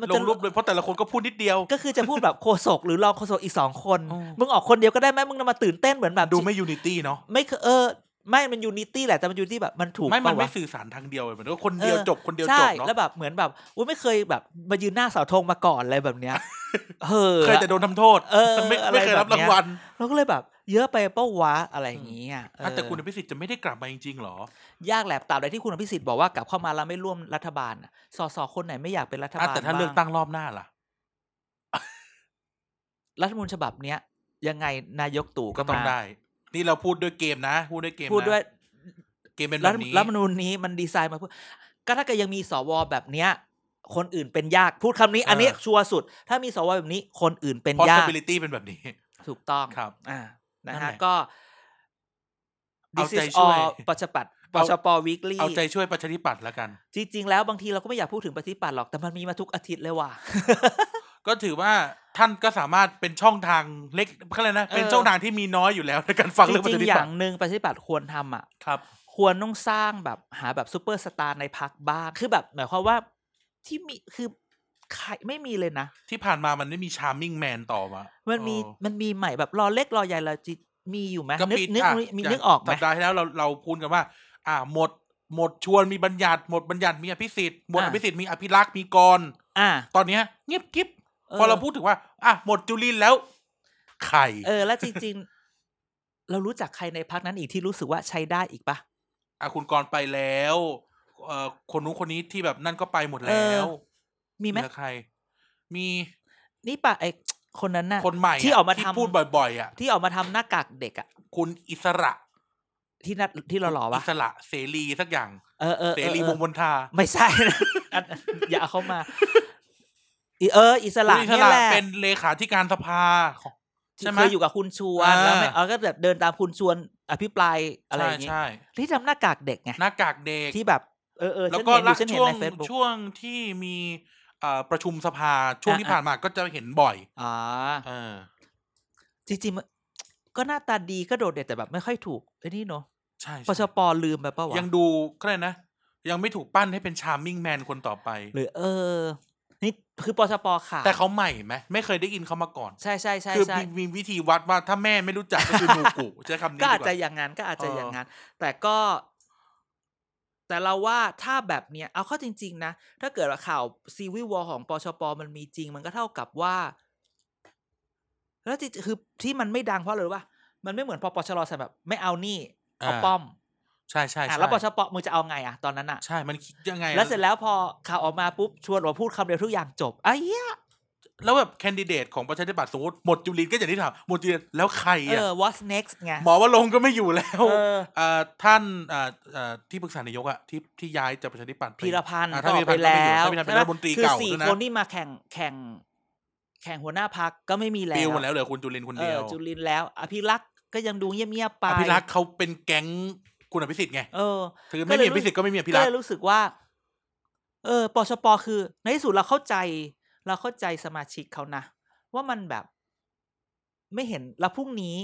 Speaker 1: มัน
Speaker 2: ล
Speaker 1: จะ
Speaker 2: งรูปเลยเพราะแต่ละคนก็พูดนิดเดียว
Speaker 1: ก็คือจะพูดแบบโคศกหรือรองโคศกอีกสองคน
Speaker 2: อ๋อ
Speaker 1: มึงออกคนเดียวก็ได้ไหมมึงนำมาตื่นเต้นเหมือนแบบ
Speaker 2: ดูไม่ยูนิตี้เนาะ
Speaker 1: ไม่เคยเออ ไม่มันยูนิตี้แหละแต่มันยูนิตี้แบบมันถูก
Speaker 2: ไม่มัน
Speaker 1: ปะ
Speaker 2: ไม่
Speaker 1: วะ
Speaker 2: สื่อสารทางเดียวเลยเหมือนว่าคนเดียว
Speaker 1: เออ
Speaker 2: จบคนเดียว
Speaker 1: ใช่
Speaker 2: จบเนาะ
Speaker 1: แล้วแบบเหมือนแบบอุ้ยไม่เคยแบบมายืนหน้าเสาธงมาก่อนอะไรแบบ
Speaker 2: <laughs>
Speaker 1: เนี้ย เออ
Speaker 2: เคยแต่โดนทำโทษ
Speaker 1: เออ
Speaker 2: ไม่
Speaker 1: อะไร
Speaker 2: ไม่เคยรับ
Speaker 1: แบบ
Speaker 2: รา
Speaker 1: เนี้
Speaker 2: ง
Speaker 1: ย
Speaker 2: วัล
Speaker 1: เราก็เลยแบบ เยอะไปเป้าวะอะไรอย่างเงี้ยเออ
Speaker 2: อ่ะแต่คุณอภิสิทธิ์จะไม่ได้กลับมาจริงๆหรอ
Speaker 1: ยากแหละตราบใดที่คุณอภิสิทธิ์บอกว่ากลับเข้ามาแล้วไม่ร่วมรัฐบาลน่ะสสคนไหนไม่อยากเป็นรัฐ
Speaker 2: อ่ะ
Speaker 1: บาล
Speaker 2: แต่ถ้า
Speaker 1: บ้
Speaker 2: เลือกตั้งรอบหน้าล่ะ
Speaker 1: รัฐธรรมนูญฉบับเนี้ยยังไงนายกตู่
Speaker 2: ก็ต้อง
Speaker 1: มา
Speaker 2: ได้ นี่เราพูดด้วยเกมนะพูดด้วยเกมนะ
Speaker 1: พูดด้วย
Speaker 2: เกมเป็นแบ
Speaker 1: รัฐ
Speaker 2: บนี้
Speaker 1: รัฐธรรมนูญนี้มันดีไซน์มาเพื่อก็ถ้าเกิดยังมีสวแบบเนี้ย คนอื่นเป็นยากพูดคำนี้ อันนี้ชัวร์สุด ถ้ามีสวแบบนี้คนอื่นเป็น
Speaker 2: พอส
Speaker 1: ยาก
Speaker 2: เปลิตี้เป็นแบบนี้
Speaker 1: ถูกต้อง
Speaker 2: ครับ
Speaker 1: อ่านะ
Speaker 2: นั่นแห
Speaker 1: ฮะ
Speaker 2: ละ
Speaker 1: ก็
Speaker 2: เอา
Speaker 1: this
Speaker 2: ใจ
Speaker 1: is
Speaker 2: ช่วย
Speaker 1: all ปัจจปัต ปชปวิกลี่
Speaker 2: เอาใจช่วยประชาธิปัตย์แล้วกัน
Speaker 1: จริง ๆ แล้วบางทีเราก็ไม่อยากพูดถึงปฏิปัติหรอกแต่มันมีมาทุกอาทิตย์เลยว่ะ
Speaker 2: ก็ถือว่าท่านก็สามารถเป็นช่องทางเล็กเขาเลยกนะ เป็น
Speaker 1: เออ
Speaker 2: ช่องทางที่มีน้อยอยู่แล้วในการ <laughs> ฟัง
Speaker 1: จ
Speaker 2: เรื่องป
Speaker 1: ริงๆอ
Speaker 2: ฏิปั
Speaker 1: ย่า
Speaker 2: ติ
Speaker 1: งหนึ่งปฏิปัติควรทำอ่ะ
Speaker 2: ครับ
Speaker 1: ควรต้องสร้างแบบหาแบบซูเปอร์สตาร์ในพักบ้าง คือแบบหมายความว่าที่มีคือใครไม่มีเลยนะ
Speaker 2: ที่ผ่านมามันไม่มีชาร์มมิ่งแมนต่อมา
Speaker 1: มั
Speaker 2: มัน
Speaker 1: มีมันมีใหม่แบบรอเล็กรอใหญ่รอจิมีอยู่ไหม
Speaker 2: ก็
Speaker 1: นึก
Speaker 2: ปิด
Speaker 1: นึก
Speaker 2: อ่ะ
Speaker 1: มี
Speaker 2: ย่าง
Speaker 1: นึกออกไหม
Speaker 2: สัปดาห์ที่แล้วเราเราพูดกันว่า อ่าหมดหมดชวนมีบัญญัติหมดบัญญัติมีอภิสิทธิ์หมด
Speaker 1: อ่ะ
Speaker 2: อภิสิทธิ์มีอภิรักษ์มีกร
Speaker 1: อ่ะ
Speaker 2: ตอนเนี้ยเงียบกิ๊บ
Speaker 1: ออ
Speaker 2: พอเราพูดถึงว่า อ่ะหมดจุลินทร์แล้วใคร
Speaker 1: เออ แล้วจริง ๆ เรารู้จักใครในพักนั้นอีกที่รู้สึกว่าใช้ได้อีกปะ
Speaker 2: อ่ะคุณกรไปแล้ว เอ่อคนนู้นคนนี้ที่แบบนั่นก็ไปหมด
Speaker 1: เอ
Speaker 2: แล้
Speaker 1: อ
Speaker 2: ว
Speaker 1: มีไหม
Speaker 2: เหลือใคร มี
Speaker 1: นี่ปะไอคนนั้นน่ะ
Speaker 2: คนใหม่ะ
Speaker 1: ที่ออกมาทำ
Speaker 2: พูดบ่อยๆอ่ะ
Speaker 1: ที่ออกมาทำหน้ากากเด็กอะ
Speaker 2: คุณอิสระ
Speaker 1: ที่นัดที่เราหล่อๆวะ
Speaker 2: สระเสรีสักอย่าง
Speaker 1: เออเออ
Speaker 2: เส
Speaker 1: ออ
Speaker 2: รี
Speaker 1: ออ
Speaker 2: วงศ์บนทา
Speaker 1: ไม่ใช่นะอันอย่าเอาเข้ามาอีเออ อิสระ
Speaker 2: คุณอิส
Speaker 1: เนี่ย
Speaker 2: ระ
Speaker 1: แหละ
Speaker 2: เป็นเลขาธิการสภาของ ใช่
Speaker 1: ที่
Speaker 2: ไหม
Speaker 1: เคยอยู่กับคุณชวน
Speaker 2: อ่า
Speaker 1: แล้วไม่เอาก็แบบเดินตามคุณชวนอภิปรายอะไรอ
Speaker 2: ใช่
Speaker 1: ย่างงี้
Speaker 2: ใช่
Speaker 1: ที่ทำหน้ากากเด็กไง
Speaker 2: หน้ากากเด็ก
Speaker 1: ที่แบบเออเออ
Speaker 2: แล้ว
Speaker 1: ฉัน
Speaker 2: ก็
Speaker 1: เห็นอ
Speaker 2: ละ
Speaker 1: ยู่ฉันเห็น
Speaker 2: ช่วง
Speaker 1: ในเฟซบุ๊ก
Speaker 2: ช่วงที่มีเอ่อประชุมสภาช่วงที่
Speaker 1: อ่ะ
Speaker 2: ผ่านมาก็จะเห็นบ่อย
Speaker 1: อ่า
Speaker 2: เออ
Speaker 1: จริงๆมันก็หน้าตาดีก็โดดเด่นแต่แบบไม่ค่อยถูกไอ้นี่เนาะ
Speaker 2: ใช่
Speaker 1: ปช
Speaker 2: ใช่
Speaker 1: ปลืมไปปะวะ
Speaker 2: ยังดูก็เลยกนะ ยังไม่ถูกปั้นให้เป็นชาร์มมิ่งแมนคนต่อไป
Speaker 1: หรือ เออ นี่คือปชปขาด
Speaker 2: แต่เขาใหม่ไหมไม่เคยได้ยินเขามาก่อน
Speaker 1: ใช่ใช่ใช่
Speaker 2: คือ
Speaker 1: ใช่
Speaker 2: มีมีวิธีวัดว่าถ้าแม่ไม่รู้จักก็
Speaker 1: <laughs>
Speaker 2: คือนูกุใช้คำนี้
Speaker 1: ก็อาจ
Speaker 2: ดีว่
Speaker 1: จะอย่างนั้นก็อาจจะ
Speaker 2: เออ
Speaker 1: อ
Speaker 2: อ
Speaker 1: ย่างนั้น แต่ก็ แต่เราว่าถ้าแบบเนี้ย เอาเข้าจริง ๆ นะ ถ้าเกิดว่าข่าวซีวิวอของปชปมันมีจริง มันก็เท่ากับว่า แล้วที่คือที่มันไม่ดังเพราะอะไรรู้ป่ะมันไม่เหมือนพอปชรใส่แบบ ไม่เอานี่เอาป้อม
Speaker 2: ใช่ใช่
Speaker 1: อ่ะ
Speaker 2: ใช่
Speaker 1: แล้วปชปมึงจะเอาไงอ่ะตอนนั้นอ่ะ
Speaker 2: ใช่มันคิดยังไงอะ
Speaker 1: แล้วเสร็จแล้วพอข่าวออกมาปุ๊บชวนว่าพูดคำเดียวทุกอย่างจบไอ้เหี้ย
Speaker 2: แล้วแบบแคนดิเดตของประชาธิปัตย์สมมติหมดจุลินก็อย่างที่ถามหมดจุลินแล้วใคร
Speaker 1: เอ
Speaker 2: อ่ะ
Speaker 1: อ what's next ไง
Speaker 2: หมอว่าลงค์ก็ไม่อยู่แล้ว
Speaker 1: เออ
Speaker 2: เอ่อท่านเอ่อเอ่อที่ปรึกษานายกอะที่ที่ย้ายจากประชาธิปัตย์ไป
Speaker 1: พีรพันธ์
Speaker 2: อ่ะ
Speaker 1: ก็
Speaker 2: ถ้า
Speaker 1: อ
Speaker 2: พี
Speaker 1: อ
Speaker 2: ร
Speaker 1: ก
Speaker 2: พั
Speaker 1: ไป
Speaker 2: นธ์ก็ไม่
Speaker 1: แล้
Speaker 2: อยู่
Speaker 1: ว
Speaker 2: ถ้าพีร
Speaker 1: ใช่ปะ
Speaker 2: พันธ์เป็นรัฐมนตรี
Speaker 1: คือ
Speaker 2: เก่า
Speaker 1: สี่
Speaker 2: ด้วยนะ
Speaker 1: คนที่มาแข่งแข่ง แข่งหัวหน้าพักก็ไม่มีแล้ว
Speaker 2: ปิวหมดแล้วเหลือคุณจุลินคนเดียว
Speaker 1: ออจุลินแล้ว อภิรักษ์ก็ยังดูเงียบๆไป
Speaker 2: อภิรักษ์เขาเป็นแก๊งคุณอภิสิทธิ์ไง
Speaker 1: เออ
Speaker 2: คือไม่มีอภิสิทธิ์ก็ไม่มีอภิ
Speaker 1: ก็
Speaker 2: รัก
Speaker 1: เล
Speaker 2: ษ์
Speaker 1: ยรู้สึกว่า เออปชปคือ ในที่สุดเราเข้าใจ เราเข้าใจสมาชิกเขานะว่ามันแบบ ไม่เห็นแล้วพรุ่งนี้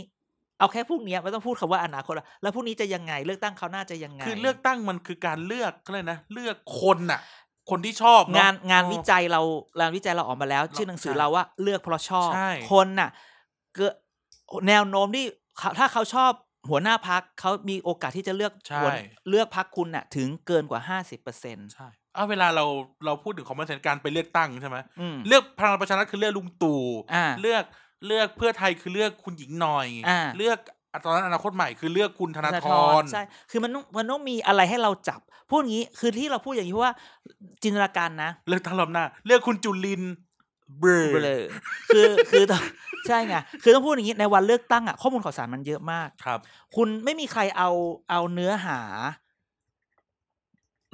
Speaker 1: เอาแค่พรุ่งนี้ไม่ต้องพูดคำว่าอนาคตละแล้วพรุ่งนี้จะยังไง เลือกตั้งเขาวหน่าจะยังไง
Speaker 2: คือเลือกตั้งมันคือการเลือกก็เลยกนะเลือกคนน่ะ คนที่ชอบเอะ
Speaker 1: งานงานวิจัยเรางานวิจัยเราออกมาแล้ว ชื่อหนังสือเราว่าเลือกเพราะชอบ
Speaker 2: ใช่
Speaker 1: คนน่ะ เกิดแนวโน้มที่เขาถ้าเขาชอบหัวหน้าพักเขามีโอกาสที่จะเลือก
Speaker 2: ใช่
Speaker 1: หัวเลือกพักคุณน่ะ ถึงเกินกว่าห้าสิบเปอร์เซ็นต์
Speaker 2: ใช่เอาเวลาเราเราพูดถึงคอมมอนเซนการไปเลือกตั้งใช่ไหม
Speaker 1: อืม
Speaker 2: เลือกพลังประชารัฐคือเลือกลุงตู่
Speaker 1: อ่า
Speaker 2: เลือกเลือกเพื่อไทยคือเลือกคุณหญิงหน่อย
Speaker 1: อ่า
Speaker 2: เลือกตอนนั้นอนาคตใหม่คือเลือกคุณธนา
Speaker 1: ธนา
Speaker 2: ธ
Speaker 1: ธ
Speaker 2: ร
Speaker 1: รใช่ คือมันต้องมันต้องมีอะไรให้เราจับ พูดงี้ คือที่เราพูดอย่างนี้เพราะว่าจินตนาการนะ
Speaker 2: เลือกตั้งรอบหน้า เลือกคุณจุลินทร์เบร
Speaker 1: เบลอคือคือต้องใช่ไง คือต้องพูดอย่างนี้ ในวันเลือกตั้งอ่ะข้อมูลข่าวสารมันเยอะมาก
Speaker 2: ครับ
Speaker 1: คุณไม่มีใครเอาเอาเนื้อหา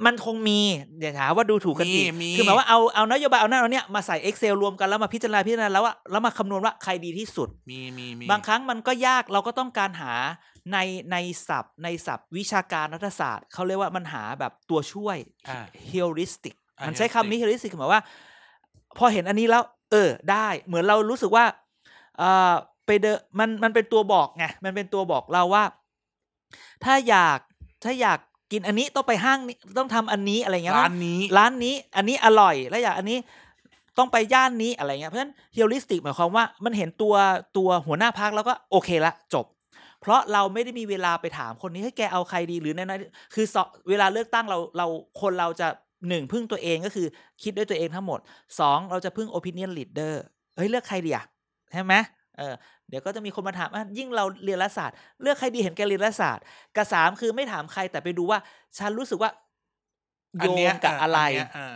Speaker 1: มันคงมีเดี๋ยวหาว่าดูถูกกันอีก
Speaker 2: มีมี
Speaker 1: คือหมายว่าเอาเอานโยบายเอาหน้าเราเนี่ยมาใส่ Excel รวมกันแล้วมาพิจารณาพิจารณาแล้วว่าแล้วมาคำนวณว่าใครดีที่สุด
Speaker 2: มีมีมี
Speaker 1: บางครั้งมันก็ยากเราก็ต้องการหาในในศัพท์ ในศัพท์วิชาการรัฐศาสตร์เขาเรียกว่ามันหาแบบตัวช่วย
Speaker 2: อ่า
Speaker 1: heuristic
Speaker 2: อ่ะ
Speaker 1: มันใช้คำนี้
Speaker 2: heuristic
Speaker 1: heuristic คือหมายว่า พอเห็นอันนี้แล้ว เออ ได้ เหมือนเรารู้สึกว่าเออไปเดนมันมันเป็นตัวบอกไงมันเป็นตัวบอกเราว่า ถ้าอยากถ้าอยากกินอันนี้ต้องไปห้างนี้ต้องทำอันนี้อะไรเงี้ย
Speaker 2: ร้า
Speaker 1: มัน
Speaker 2: นี้
Speaker 1: ร้านนี้อันนี้อร่อย แล้วอยากอันนี้ต้องไปย่านนี้อะไรเงี้ยเพราะฉะนั้น heuristic หมายความว่า มันเห็นตัวตัวหัวหน้าพักแล้วก็โอเคละจบ เพราะเราไม่ได้มีเวลาไปถามคนนี้ให้ยแกเอาใครดีหรือในนั้นคือสอเวลาเลือกตั้งเราเราคนเราจะหนึ่งพึ่งตัวเองก็คือคิดด้วยตัวเองทั้งหมดสองเราจะพึ่ง opinion leader เฮ้ยเลือกใครดีอะใช่ไหมเออเดี๋ยวก็จะมีคนมาถามอ่ะยิ่งเราเรียนรัฐศาสตร์ เลือกใครดีเห็นแกเรียนรัฐศาสตร์กับสามคือไม่ถามใครแต่ไปดูว่า ฉันรู้สึกว่าโย
Speaker 2: นเนี้
Speaker 1: งกับอะไร
Speaker 2: นเนี้ยอ่า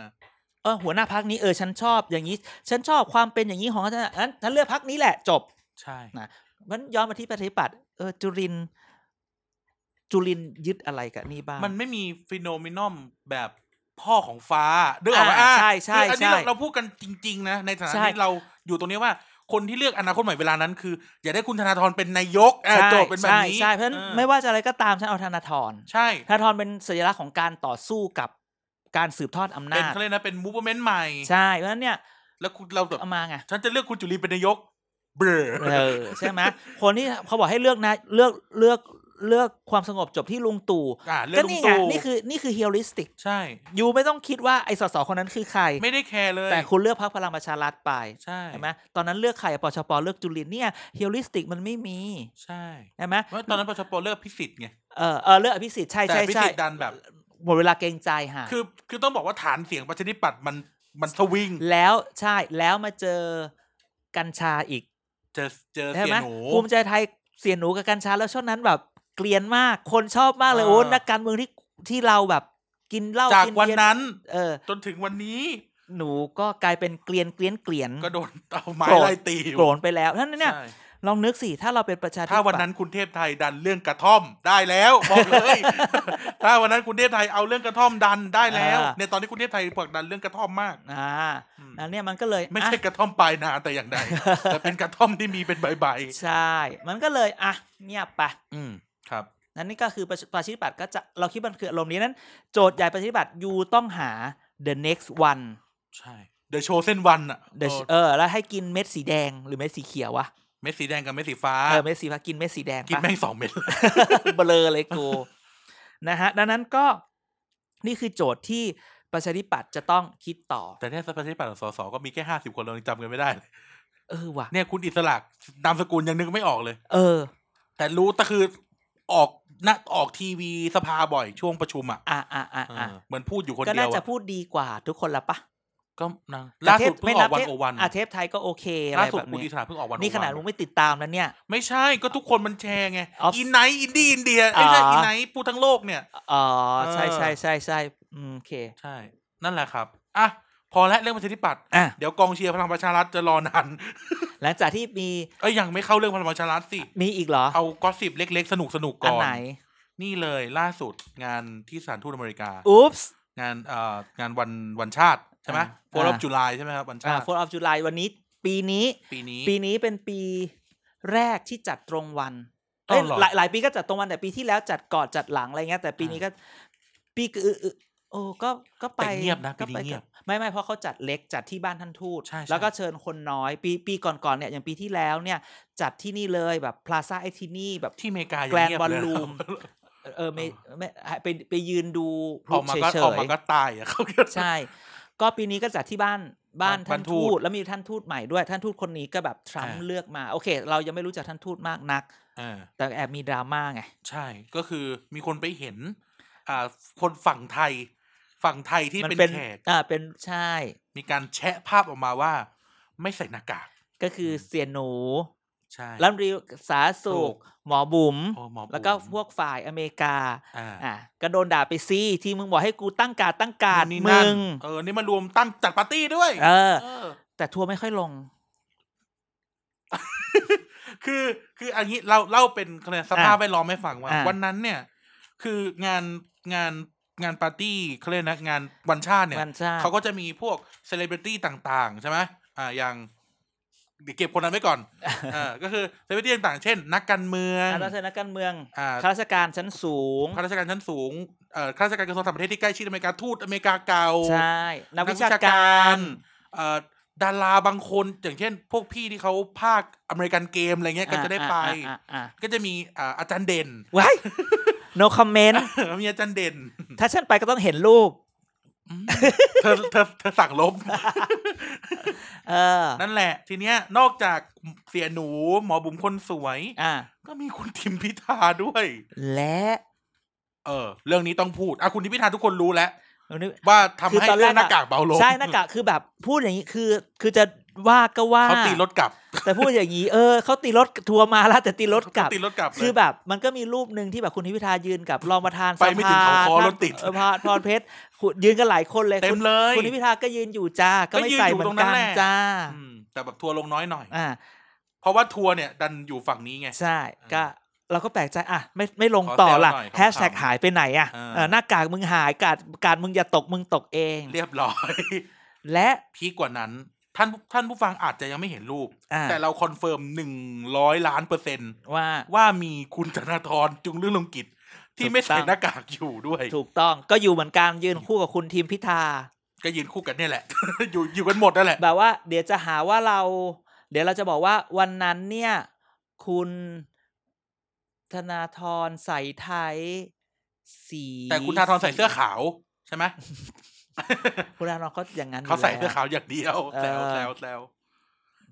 Speaker 1: เออหัวหน้าพักนี้เออฉันชอบอย่างนี้ ฉันชอบความเป็นอย่างนี้ของฉันนั้นฉันเลือกพักนี้แหละจบ
Speaker 2: ใช่
Speaker 1: มันย้อนมาที่ประชาธิปัตย์เออจุรินทร์จุรินทร์ยึดอะไรกับนี่บ้าง
Speaker 2: มันไม่มีฟิโนเมนอมแบบพ่อของฟ้าเรื่องออกไหม
Speaker 1: อ่า
Speaker 2: อ่า
Speaker 1: ใช่ใช่
Speaker 2: คืออันนี้เรา
Speaker 1: ใช่
Speaker 2: เราพูดกันจริง ๆ นะ ในฐานะ
Speaker 1: ใช่
Speaker 2: ที่เราอยู่ตรงนี้ว่า คนที่เลือกอนาคตใหม่เวลานั้นคือ อยากได้คุณธนาธรเป็นนายกอ่ะ
Speaker 1: ใช่
Speaker 2: โจทย์เป็นแบบนี้
Speaker 1: ใช่ใช่เพราะฉะนั้น
Speaker 2: ออ
Speaker 1: ไม่ว่าจะอะไรก็ตามฉันเอาธนาธร
Speaker 2: ใช่
Speaker 1: ธนาธรเป็นสัญลักษณ์ของการต่อสู้กับการสืบทอดอำ
Speaker 2: เป็น
Speaker 1: นาจ
Speaker 2: เขาเรียกนะเป็นมูฟเมนต์ใหม่
Speaker 1: ใช่เพราะฉะนั้นเนี่ย
Speaker 2: แล้วคุณเราแบบ
Speaker 1: เอามาไง
Speaker 2: ฉันจะเลือกคุณจุลินเป็นนายก เบลอ
Speaker 1: เออใช่ไหมคนที่เขาบอกให้เลือกนะเลือกเลือกเลือกความสงบจบที่ลุงตู่
Speaker 2: อ่าเลื
Speaker 1: ก็
Speaker 2: อกลุ
Speaker 1: นี่
Speaker 2: ง
Speaker 1: ไง
Speaker 2: ตู่
Speaker 1: นี่คือนี่คือเฮียริสติก
Speaker 2: ใช่
Speaker 1: ยูไม่ต้องคิดว่าไอ้สสคนนั้นคือใคร
Speaker 2: ไม่ได้แคร์เลย
Speaker 1: แต่คุณเลือกพรรคพลังประชารัฐไป
Speaker 2: ใช่
Speaker 1: ใช่ไหมตอนนั้นเลือกใครปชปเลือกจุลินเนี่ยเฮียริสติกมันไม่มี
Speaker 2: ใช่
Speaker 1: ใช่ไหม
Speaker 2: เพราะตอนนั้นปชปเลิกพิสิทธิ์ไง
Speaker 1: เออเออเลือกอภิสิทธิ์ใช่
Speaker 2: แต่
Speaker 1: ใช่
Speaker 2: พิ
Speaker 1: ใช่
Speaker 2: สิทธิ์ดันแบบ
Speaker 1: หมดเวลาเกรงใจฮะ
Speaker 2: คือคือต้องบอกว่าฐานเสียงประชาธิปัตย์มันมันสวิง
Speaker 1: แล้วใช่แล้วมาเจอกัญชาอีก
Speaker 2: เจอเจอ
Speaker 1: ใช่
Speaker 2: เสีย
Speaker 1: ไหม
Speaker 2: หนู
Speaker 1: ภูมิใจไทยเสียหนูกับกัญชาแล้วช่วงนั้นแบบเกลียนมากคนชอบมากเลย
Speaker 2: เออ
Speaker 1: โอ้นักการเมืองที่ที่เราแบบกินเหล้า
Speaker 2: จาก
Speaker 1: กิ
Speaker 2: วัน
Speaker 1: เบียร์
Speaker 2: นั้น
Speaker 1: เออ
Speaker 2: จนถึงวันนี้
Speaker 1: หนูก็กลายเป็นเกลียนเกลียนเกลียน
Speaker 2: ก็โดนเอาไม้
Speaker 1: โกรธ
Speaker 2: ไล่ตีอยู่
Speaker 1: โกรนไปแล้วท่านนเนี่ย
Speaker 2: ใช่
Speaker 1: ลองนึกสิถ้าเราเป็นประชาธิปัตย์
Speaker 2: ถ้าวันนั้นคุณเทพไทยดันเรื่องกระท่อมได้แล้วบอกเลย <laughs> ถ้าวันนั้นคุณเทพไทยเอาเรื่องกระท่อมดันได้แล้วในยตอนที่คุณเทพไทยผลักดันเรื่องกระท่อมมาก
Speaker 1: อ่า
Speaker 2: อืม
Speaker 1: อันเนี่ยมันก็เลย
Speaker 2: ไม่
Speaker 1: อ่ะ
Speaker 2: ใช่กระท่อมปลายนาแต่อย่างใด แต่เป็นกระท่อมที่มีเป็นใบ
Speaker 1: ใช่ มันก็เลย อ่ะ เงียบไป
Speaker 2: ๆอืมครับ
Speaker 1: นั่นนี่ก็คือประชประชาธิปัตย์ก็จะ เราคิดมันคืออารมณ์นี้นั้น โจทย์ใหญ่ประชาธิปัตย์ยูต้องหา the next one
Speaker 2: ใช่เดอะโชว์เส้นวันอะ
Speaker 1: The
Speaker 2: เออ
Speaker 1: เออ แล้วให้กินเม็ดสีแดงหรือเม็ดสีเขียววะ
Speaker 2: เม็ดสีแดงกับเม็ดสีฟ้า
Speaker 1: เออ เม็ดสีฟ้ากินเม็ดสีแดง
Speaker 2: กิน
Speaker 1: ปะ
Speaker 2: แม่งสองเม็ดเลย
Speaker 1: <laughs> เบลอเลยกู นะฮะ ดังนั้นก็นี่คือโจทย์ที่ประชาธิปัตย์จะต้องคิดต่อ
Speaker 2: แต่เนี่ยประชาธิปัตย์กับสสก็มีแค่ห้าสิบคนเรายังจำกันไม่ได้เลย
Speaker 1: เออว่ะ
Speaker 2: เนี่ยคุณอิสระนามสกุลยังนึกไม่ออกเลย
Speaker 1: เออ
Speaker 2: แต่รู้แต่คือออกนะออกทีวีสภาบ่อยช่วงประชุมอ่ะ
Speaker 1: อ่ะอ่ะอ่ะ
Speaker 2: เอ
Speaker 1: อ่ะ
Speaker 2: อเหมือนพูดอยู่คน
Speaker 1: ก็
Speaker 2: เดี
Speaker 1: น่า
Speaker 2: ยว
Speaker 1: จะ
Speaker 2: อะ
Speaker 1: พูดดีกว่าทุกคนละปะ
Speaker 2: ก็นะล่าสุดเพิ่งออกวัน
Speaker 1: แต่เทป
Speaker 2: โอวัน
Speaker 1: อ่ะเทปไทยก็โอเคอะไร
Speaker 2: ล่าสุด
Speaker 1: แบบ
Speaker 2: คุณ
Speaker 1: นี้
Speaker 2: อิสระเพิ่งออกวัน
Speaker 1: นี่ขนาด
Speaker 2: O1
Speaker 1: มึงไม่ติดตามนะเนี่ย
Speaker 2: ไม่ใช่ก็ทุกคนมันแชร์ไง
Speaker 1: ออฟ
Speaker 2: อินไนท์อินดี้อินเดียไม่ใช่
Speaker 1: อ๋ออิ
Speaker 2: อินไนท์พูดทั้งโลกเนี่ย
Speaker 1: อ๋อใช่
Speaker 2: เออ
Speaker 1: ใช่ใช่ใช่อืมโอเค
Speaker 2: ใช่ นั่นแหละครับ อ่ะ พอแล้วเรื่องประชาธิปัตย์
Speaker 1: อ่ะ
Speaker 2: เดี๋ยวกองเชียร์พลังประชารัฐจะรอนาน <laughs>
Speaker 1: หลังจากที่มี
Speaker 2: เอ้ยยังไม่เข้าเรื่องพลังประชารัฐสิ
Speaker 1: มีอีกเหรอ
Speaker 2: เอากอสซิบเล็กๆ สนุกสนุกๆก่
Speaker 1: อั
Speaker 2: อนน
Speaker 1: ไหน
Speaker 2: นี่เลยล่าสุดงานที่สถานทูตอเมริกา
Speaker 1: อุ๊ปส์
Speaker 2: งานเอ่องานวันวันชาติใช่ไหม
Speaker 1: อ่า
Speaker 2: โฟล์ออฟ
Speaker 1: อ่า
Speaker 2: จุลายใช่ไหมครับ วันชา
Speaker 1: อ่า
Speaker 2: ติ
Speaker 1: โฟร์ออฟจุลายวันนี้ ปีนี้
Speaker 2: ปีนี้
Speaker 1: ปีนี้เป็นปีแรกที่จัดตรงวัน
Speaker 2: อ้า
Speaker 1: เอ้
Speaker 2: วย เหรอ
Speaker 1: หลายหลายปีก็จัดตรงวันแต่ปีที่แล้วจัดก่อนจัดหลังอะไรเงี้ยแต่ปีนี้ก็ ปีก็อืออือโอ้ก็ก็ไป
Speaker 2: แต่เงียบนะ
Speaker 1: ก็
Speaker 2: ปีนี้
Speaker 1: ไป
Speaker 2: เงียบ
Speaker 1: ไม่ไม่เพราะเขาจัดเล็กจัดที่บ้านท่านทูต
Speaker 2: ใช่ใช่
Speaker 1: แล้วก็เชิญคนน้อย ปีปีก่อนๆเนี่ยอย่างปีที่แล้วเนี่ย จัดที่นี่เลยแบบพลาซ่าไอทีนี่แบบ
Speaker 2: ที่อเมริกายัง
Speaker 1: แกรนด์
Speaker 2: เงียบ
Speaker 1: วอล
Speaker 2: เลย
Speaker 1: ลุ่ม เออไม่ไม่ไปไปยืนดูพ
Speaker 2: อ
Speaker 1: ลุ
Speaker 2: อกมา
Speaker 1: เฉ
Speaker 2: ก็
Speaker 1: ยๆ
Speaker 2: ออกมาก็ตายอ่ะ <laughs> เขาก็
Speaker 1: ใช่ ก็ปีนี้ก็จัดที่บ้านบ้าน
Speaker 2: บ้า
Speaker 1: ท่าน น
Speaker 2: ทู
Speaker 1: ทู
Speaker 2: ต
Speaker 1: ตแล้วมีท่านทูตใหม่ด้วย ท่านทูตคนนี้ก็แบบทรัมป์
Speaker 2: อ่า
Speaker 1: เลือกมา โอเค เรายังไม่รู้จักท่านทูตมากนัก
Speaker 2: อ่า
Speaker 1: แต่แอบมีดราม่าไง
Speaker 2: ใช่ก็คือมีคนไปเห็น อ่า คนฝั่งไทย ฝั่งไทยที่
Speaker 1: มั
Speaker 2: เป็นแขก
Speaker 1: อ่าเป็นใช่
Speaker 2: มีการแชะภาพออกมาว่า ไม่ใส่หน้ากาก
Speaker 1: ก็คือเสียหนู
Speaker 2: ใช่
Speaker 1: รัฐมนตรีสาธารณสุ
Speaker 2: ถู
Speaker 1: ข
Speaker 2: ก
Speaker 1: หมอบุ๋ม
Speaker 2: โอ้หมอบุ๋ม
Speaker 1: แล้วก็พวกฝ่ายอเมริกา
Speaker 2: อ่า
Speaker 1: อ่ะก็โดนด่าไปซี่ที่มึงบอกให้กูตั้งการดตั้งการด
Speaker 2: นู่นนี่
Speaker 1: มึ
Speaker 2: นั่น
Speaker 1: ง
Speaker 2: เออ นี่มารวมตั้งจัดปาร์ตี้ด้วย
Speaker 1: เออ
Speaker 2: เออ
Speaker 1: แต่ทัวร์ไม่ค่อยลง
Speaker 2: คือคืออันนี้เราเล่าเป็นคะแนนสภาพแวดล้อมให้ฟังว่า
Speaker 1: อ่ะ
Speaker 2: วันนั้นเนี่ย คืองานงานงานปาร์ตี้เขาเรียกนะงานวันชาติเนี่ย
Speaker 1: มันใช่
Speaker 2: เขาก็จะมีพวกเซเลบริตี้ต่างๆ ใช่ไหมอ่า อย่างเดี๋ยวเก็บคนนั้นไว้
Speaker 1: <laughs>
Speaker 2: ก่อน อ่า ก็คือเซเลบริตี้ต่างๆ เช่น นักการเมือง
Speaker 1: อ่ะแล้วเชิญนักการเมือง
Speaker 2: อ่า
Speaker 1: ข้าราชการชั้นสูง
Speaker 2: ข้าราชการชั้นสูง เอ่อ ข้าราชการกระทรวงต่างประเทศที่ใกล้ชิดอเมริกาทูตอเมริกาเก่า
Speaker 1: ใช่ นักวิชากา
Speaker 2: นั
Speaker 1: ร
Speaker 2: กวิชเอ่อ ดาราบางคน อย่างเช่น พวกพี่ที่เขาภาคอเมริกันเกมอะไรเงี้ย ก็จะได้ไป
Speaker 1: อ่ะอ่ะอ่ะอ่ะ
Speaker 2: ก็จะมีอ่าอาจารย์เด่น
Speaker 1: ว้าย no comment
Speaker 2: มีอาจาร <laughs> ย์เด่น
Speaker 1: ถ้าฉันไปก็ต้องเห็นรูป
Speaker 2: เธอเธอเธอสั่งลบ <laughs>
Speaker 1: เออ
Speaker 2: นั่นแหละ ทีเนี้ยนอกจากเสียหนูหมอบุ๋มคนสวย
Speaker 1: อ่ะ
Speaker 2: ก็มีคุณทิมพิธาด้วย
Speaker 1: และ
Speaker 2: เออ เรื่องนี้ต้องพูดอ่ะคุณทิมพิธาทุกคนรู้แล้ว
Speaker 1: อันนี้
Speaker 2: ว่าทำให้
Speaker 1: คือตอนแร
Speaker 2: เรื่อก ง
Speaker 1: อะ
Speaker 2: หน้ากากเบาลง
Speaker 1: ใช่หน้ากากคือแบบพูดอย่างนี้คือ คือจะว่าก็ว่า
Speaker 2: เขาตีรถกลับ
Speaker 1: แต่พูดอย่างนี้ เออเขาตีรถทัวร์มาแล้วแต่ตีรถกลับ
Speaker 2: เขาตีรถกลับ
Speaker 1: คือ
Speaker 2: เลย
Speaker 1: แบบมันก็มีรูปหนึ่งที่แบบคุณทิพิธายืนกับรองประธานส
Speaker 2: ไป
Speaker 1: ภา
Speaker 2: ไม่ถึงเขาคอรถติด
Speaker 1: ท่านเออพาพรเพชรคุณยืนกันหลายคนเลย
Speaker 2: เต็ม
Speaker 1: คุณ
Speaker 2: เลย
Speaker 1: คุณทิพิธาก็ยืนอยู่จ้า ก็
Speaker 2: ก็
Speaker 1: ไม่
Speaker 2: ยืน
Speaker 1: ใส่
Speaker 2: อยู่
Speaker 1: เหมือ
Speaker 2: ตร
Speaker 1: น
Speaker 2: งนั้
Speaker 1: กัน น
Speaker 2: แหละ
Speaker 1: จ้า
Speaker 2: อืมแต่แบบทัวร์ลงน้อยหน่อย
Speaker 1: อ่า
Speaker 2: เพราะว่าทัวร์เนี่ย ดันอยู่ฝั่งนี้ไง
Speaker 1: ใช่
Speaker 2: อ่า
Speaker 1: ก็เราก็แปลกใจอ่ะไม่ไม่ลง
Speaker 2: ขอ
Speaker 1: ต่อ
Speaker 2: แซว
Speaker 1: ล่ะ
Speaker 2: หน่อยขำๆ
Speaker 1: แฮชแท็กหายไปไหนอ่ะ
Speaker 2: อ่า
Speaker 1: เออหน้ากากมึงหายกาดกาดมึงอย่าตกมึงตกเอง
Speaker 2: เรียบร้อย <laughs>
Speaker 1: และ
Speaker 2: พีกกว่านั้น ท่านท่านผู้ฟังอาจจะยังไม่เห็นรูป
Speaker 1: อ่า
Speaker 2: แต่เราคอนเฟิร์มหนึ่งร้อยล้านเปอร์เซ็นต์
Speaker 1: ว่า
Speaker 2: ว่ามีคุณธนาธรจุงเรื่องลงกิจ ที่ไม่
Speaker 1: ถู
Speaker 2: ใส่
Speaker 1: กต้อง
Speaker 2: หน้ากากอยู่ด้วย
Speaker 1: ถูกต้องก็อยู่เหมือนกันยืนคู่กับคุณทีมพิธา
Speaker 2: ก็ยืนคู่กันเนี่ยแหละ <laughs> อยู่อยู่กันหมดนั่
Speaker 1: <laughs>
Speaker 2: นแหละ
Speaker 1: แบบว่าเดี๋ยวจะหาว่าเรา เดี๋ยวเราจะบอกว่าวันนั้นเนี่ย คุณธนาธรใส่ไทยสี
Speaker 2: แต่คุณธนาธรใส่เสื้อขาว
Speaker 1: <laughs>
Speaker 2: ใช่ไหม
Speaker 1: คุณธนาธรเขาอย่างนั้นยู่
Speaker 2: เขาใส่เสื้อ
Speaker 1: แล้ว
Speaker 2: ขาวอย่างเดียว
Speaker 1: เออ
Speaker 2: แซวแซวแซว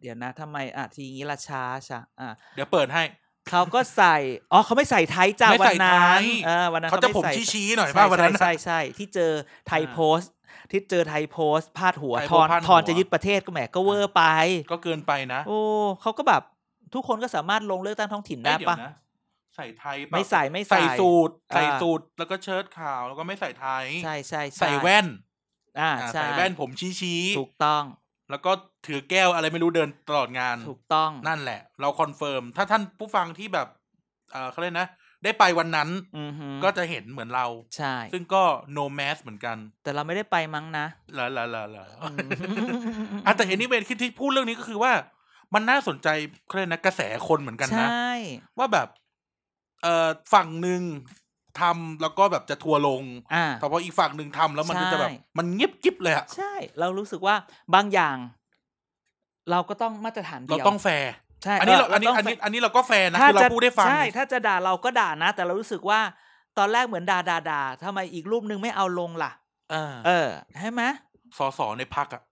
Speaker 1: เดี๋ยวนะทำไมอ่ะทีนี้ละช้าช้าอ่ะ
Speaker 2: เดี๋ยวเปิดให้
Speaker 1: เขาก็ใส่อ๋อเขาไม่ใส่ไทยจ้า
Speaker 2: ไม่
Speaker 1: วั
Speaker 2: ใส่
Speaker 1: นนั้น
Speaker 2: ไทย
Speaker 1: เออวันนั้น
Speaker 2: เขาจะผม
Speaker 1: ไใส่
Speaker 2: ชี้ๆหน่อย
Speaker 1: ใช่
Speaker 2: ป่ะวันนั้น
Speaker 1: ใช่ใช่
Speaker 2: น่ะ
Speaker 1: ใช่ที่เจอไทย
Speaker 2: อ่า
Speaker 1: โพสต์ ที่เจอไทยโพสต์พาดหัว
Speaker 2: ไทย
Speaker 1: ท
Speaker 2: โพ
Speaker 1: อ
Speaker 2: ส
Speaker 1: น
Speaker 2: ต์พาดหัว
Speaker 1: ทอนจะยึดประเทศก็แหมก็เวอร์ไป
Speaker 2: ก็เกินไปนะ
Speaker 1: โอ้เขาก็แบบทุกคนก็สามารถลงเลือกตั้งท้องถิ่น
Speaker 2: เอ้
Speaker 1: ได้
Speaker 2: ยเดี๋ย
Speaker 1: ปะ
Speaker 2: วนะใส่ไทยปะ
Speaker 1: ไม่ใส่ไม่
Speaker 2: ใส่
Speaker 1: ใส่
Speaker 2: สูทใส่
Speaker 1: อ่า
Speaker 2: สูทแล้วก็เชิ้ตขาวแล้วก็ไม่ใส่ไทย
Speaker 1: ใช่ใช่
Speaker 2: ใส่แว่น
Speaker 1: อ่า
Speaker 2: อ่า
Speaker 1: ใช่
Speaker 2: ใส่แว่นผมชี้ชี้ๆ
Speaker 1: ถูกต้อง
Speaker 2: แล้วก็ถือแก้วอะไรไม่รู้เดินตลอดงาน
Speaker 1: ถูกต้อง
Speaker 2: นั่นแหละ เราคอนเฟิร์ม ถ้าท่านผู้ฟังที่แบบเอ่อเขาเรียกนะ ได้ไปวันนั้น
Speaker 1: อือฮึ
Speaker 2: ก็จะเห็นเหมือนเรา
Speaker 1: ใช่
Speaker 2: ซึ่งก็ no mask เหมือนกัน
Speaker 1: แต่เราไม่ได้ไปมั้งนะ
Speaker 2: เหรอเหรอเหรอเหรออ
Speaker 1: อืม
Speaker 2: อ่ะแต่ anyway ที่ที่พูดเรื่องนี้ก็คือว่า มันน่าสนใจเขาเรียกนะกระแสคนเหมือนกันนะ
Speaker 1: ใช่
Speaker 2: ว่าแบบ เอ่อฝั่งหนึ่งทำแล้วก็แบบจะทัวร์ลง
Speaker 1: อ่า
Speaker 2: แต่พออีกฝั่งหนึ่งทำแล้วมันก็จะแบบ
Speaker 1: ใช่
Speaker 2: มันเงียบกิ๊บเลยอะ
Speaker 1: ใช่ เรารู้สึกว่าบางอย่าง เราก็ต้องมาตรฐาน
Speaker 2: เรา
Speaker 1: เดียว
Speaker 2: ต้องแฟร์
Speaker 1: ใช่
Speaker 2: อันนี้เราอันนี้
Speaker 1: เต้ง
Speaker 2: อันนี้อันนี้เราก็แฟร์นะ
Speaker 1: ถ้า
Speaker 2: คือเรา
Speaker 1: จะ
Speaker 2: พูดได้ฟัง
Speaker 1: ใช่ ถ้าจะด่าเราก็ด่านะ แต่เรารู้สึกว่า ตอนแรกเหมือนด่าด่าด่าทำไมอีกรูปนึงไม่เอาลงล่ะ
Speaker 2: เออ
Speaker 1: เออใช่ไหม
Speaker 2: สอสอในพักอะ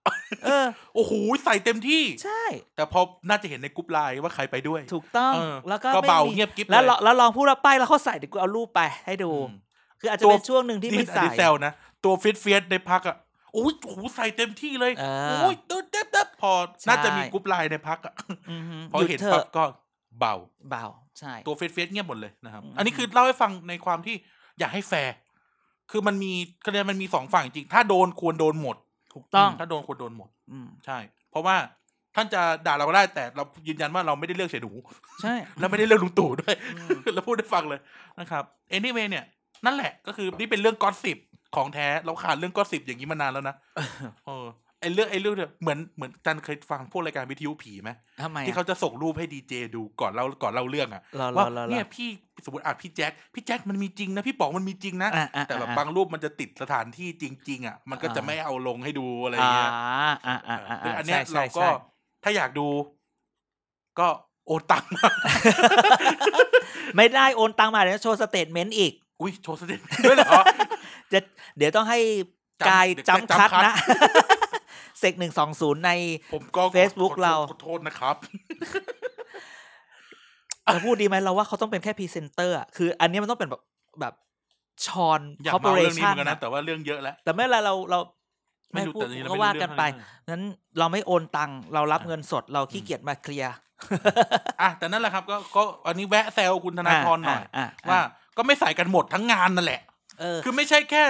Speaker 1: เออ
Speaker 2: โอ้โหใส่เต็มที่
Speaker 1: ใช่
Speaker 2: แต่พอน่าจะเห็นในกรุ๊ปไลน์ว่าใครไปด้วย
Speaker 1: ถูกต้อง
Speaker 2: เออ
Speaker 1: แล้วก็
Speaker 2: ก็
Speaker 1: ไม่
Speaker 2: เบา
Speaker 1: มี
Speaker 2: เงียบกิ๊บ
Speaker 1: แล้ว
Speaker 2: เลย
Speaker 1: เราแล้วลองพูดว่าไปแล้วเขาใส่เดี๋ยวกูเอารูปไปให้ดู
Speaker 2: อืม
Speaker 1: คืออาจจะ
Speaker 2: ตัว
Speaker 1: เป็นช่วงหนึ่งที่
Speaker 2: นี่
Speaker 1: ไม่
Speaker 2: อัน
Speaker 1: ใส่
Speaker 2: นี้แซวนะ ตัวฟิตเฟียสในพักอะโอ้ยโอ้โหใส่เต็มที่เลย
Speaker 1: เออ
Speaker 2: โอ้ยเต็มเต็มเต็มพอ
Speaker 1: ใช่
Speaker 2: น่าจะมีกรุ๊ปไลน์ในพักอะ <laughs>
Speaker 1: อือฮึ
Speaker 2: พอ
Speaker 1: หยุด
Speaker 2: เห็น
Speaker 1: เถ
Speaker 2: ปั๊บ
Speaker 1: อะ
Speaker 2: ก็เบา
Speaker 1: เบาใช่
Speaker 2: ตัวเฟซเฟซเงียบหมดเลยนะครับ
Speaker 1: อืม
Speaker 2: อันนี้คือเล่าให้ฟังในความที่อยากให้แฟร์ คือมันมีคะแนนมันมีสองฝั่งจริง ถ้าโดนควรโดนหมด
Speaker 1: ถูกต้อง
Speaker 2: มถ้าโดนควรโดนหมด
Speaker 1: อืม
Speaker 2: ใช่ เพราะว่าท่านจะด่าเราก็ได้แต่เรายืนยันว่าเราไม่ได้เลือกเสียหนู
Speaker 1: ใช่
Speaker 2: แล้วไม่ได้เลือกลุงตู่ด้วย
Speaker 1: อืม
Speaker 2: แล้วพูดให้ฟังเลยนะครับ anyway เนี่ย นั่นแหละก็คือนี่เป็นเรื่องกอสิบของแท้ เราขาดเรื่องกอสิบอย่างนี้มานา
Speaker 1: <coughs>
Speaker 2: นแล้วนะ เออ ไอเรื่องไอเรื่องเนี่ยเหมือนเหมือนจันเคยฟังพวกรายการวิทยุผีไหม
Speaker 1: ทำไม
Speaker 2: ที่เขาจะส่งรูปให้ดีเจดูก่อนเล่าก่อนเล่าเรื่องอะ
Speaker 1: รอร
Speaker 2: ว่า
Speaker 1: อรอ
Speaker 2: เนี่ยพี่สมมติอ่ะพี่แจ็คพี่แจ็คมันมีจริงนะพี่ป๋องมันมีจริงนะ
Speaker 1: อ่ะอ่ะ
Speaker 2: แต่แบบ
Speaker 1: อ่ะ
Speaker 2: บางรูปมันจะติดสถานที่จริง ๆ อ่ะ มันก็
Speaker 1: อ่า
Speaker 2: จะไม่เอาลงให้ดูอะไร
Speaker 1: อ่า
Speaker 2: เงี้ย
Speaker 1: อ่าอ่า
Speaker 2: ซึ่
Speaker 1: อ่าง
Speaker 2: อันเนี้ย
Speaker 1: ใช่
Speaker 2: เรา
Speaker 1: ใช่
Speaker 2: ก็
Speaker 1: ใช่
Speaker 2: ถ้าอยากดู ก็โอนตังค์มา
Speaker 1: ไม่ได้โอนตังมาเดี๋ยวโชว์สเตทเมนต์อีก
Speaker 2: อุ้ยโชว์สเตตด้วยเหรอ
Speaker 1: จะเดี๋ยวต้องให้
Speaker 2: จำ
Speaker 1: กาย
Speaker 2: เดี๋ยว
Speaker 1: จำคัด
Speaker 2: จำคัด
Speaker 1: นะ <laughs> เซกหนึ่งสองศูนย์ใน
Speaker 2: ผมก็
Speaker 1: Facebook
Speaker 2: ขอโทษ
Speaker 1: เรา
Speaker 2: ขอโทษนะครับ
Speaker 1: จะพูดดีไหมเราว่าเขาต้องเป็นแค่พรีเซนเตอร์อะคืออันเนี้ยมันต้องเป็นแบบแบบชอน
Speaker 2: อยาก
Speaker 1: คอร์ปอ
Speaker 2: เมา
Speaker 1: เร
Speaker 2: เรื่องนี้
Speaker 1: ชั่
Speaker 2: เห
Speaker 1: น
Speaker 2: มือนกันนะแต่ว่าเรื่องเยอะแล้ว
Speaker 1: แต่ไม่เป็นไรเราเราไม่
Speaker 2: รู้
Speaker 1: พูด
Speaker 2: แต่นี่เร
Speaker 1: ก็
Speaker 2: ม่
Speaker 1: ว่า
Speaker 2: รู้
Speaker 1: กั
Speaker 2: เรื่อน ง
Speaker 1: ไป
Speaker 2: ะ
Speaker 1: นั้นเราไม่โอนตังค์เรารับ
Speaker 2: อ่ะ
Speaker 1: เงินสดเราขี้เกียจมาเคลียร์
Speaker 2: อ่ะแต่นั่นแหละครับ ก็ก็อันนี้แวะแซวคุณธนาธรหน่อย
Speaker 1: ะะะ
Speaker 2: ว่าก็ไม่ใส่กันหมดทั้งงานนั่นแหละ
Speaker 1: เออ
Speaker 2: คือไม่ใช่แค่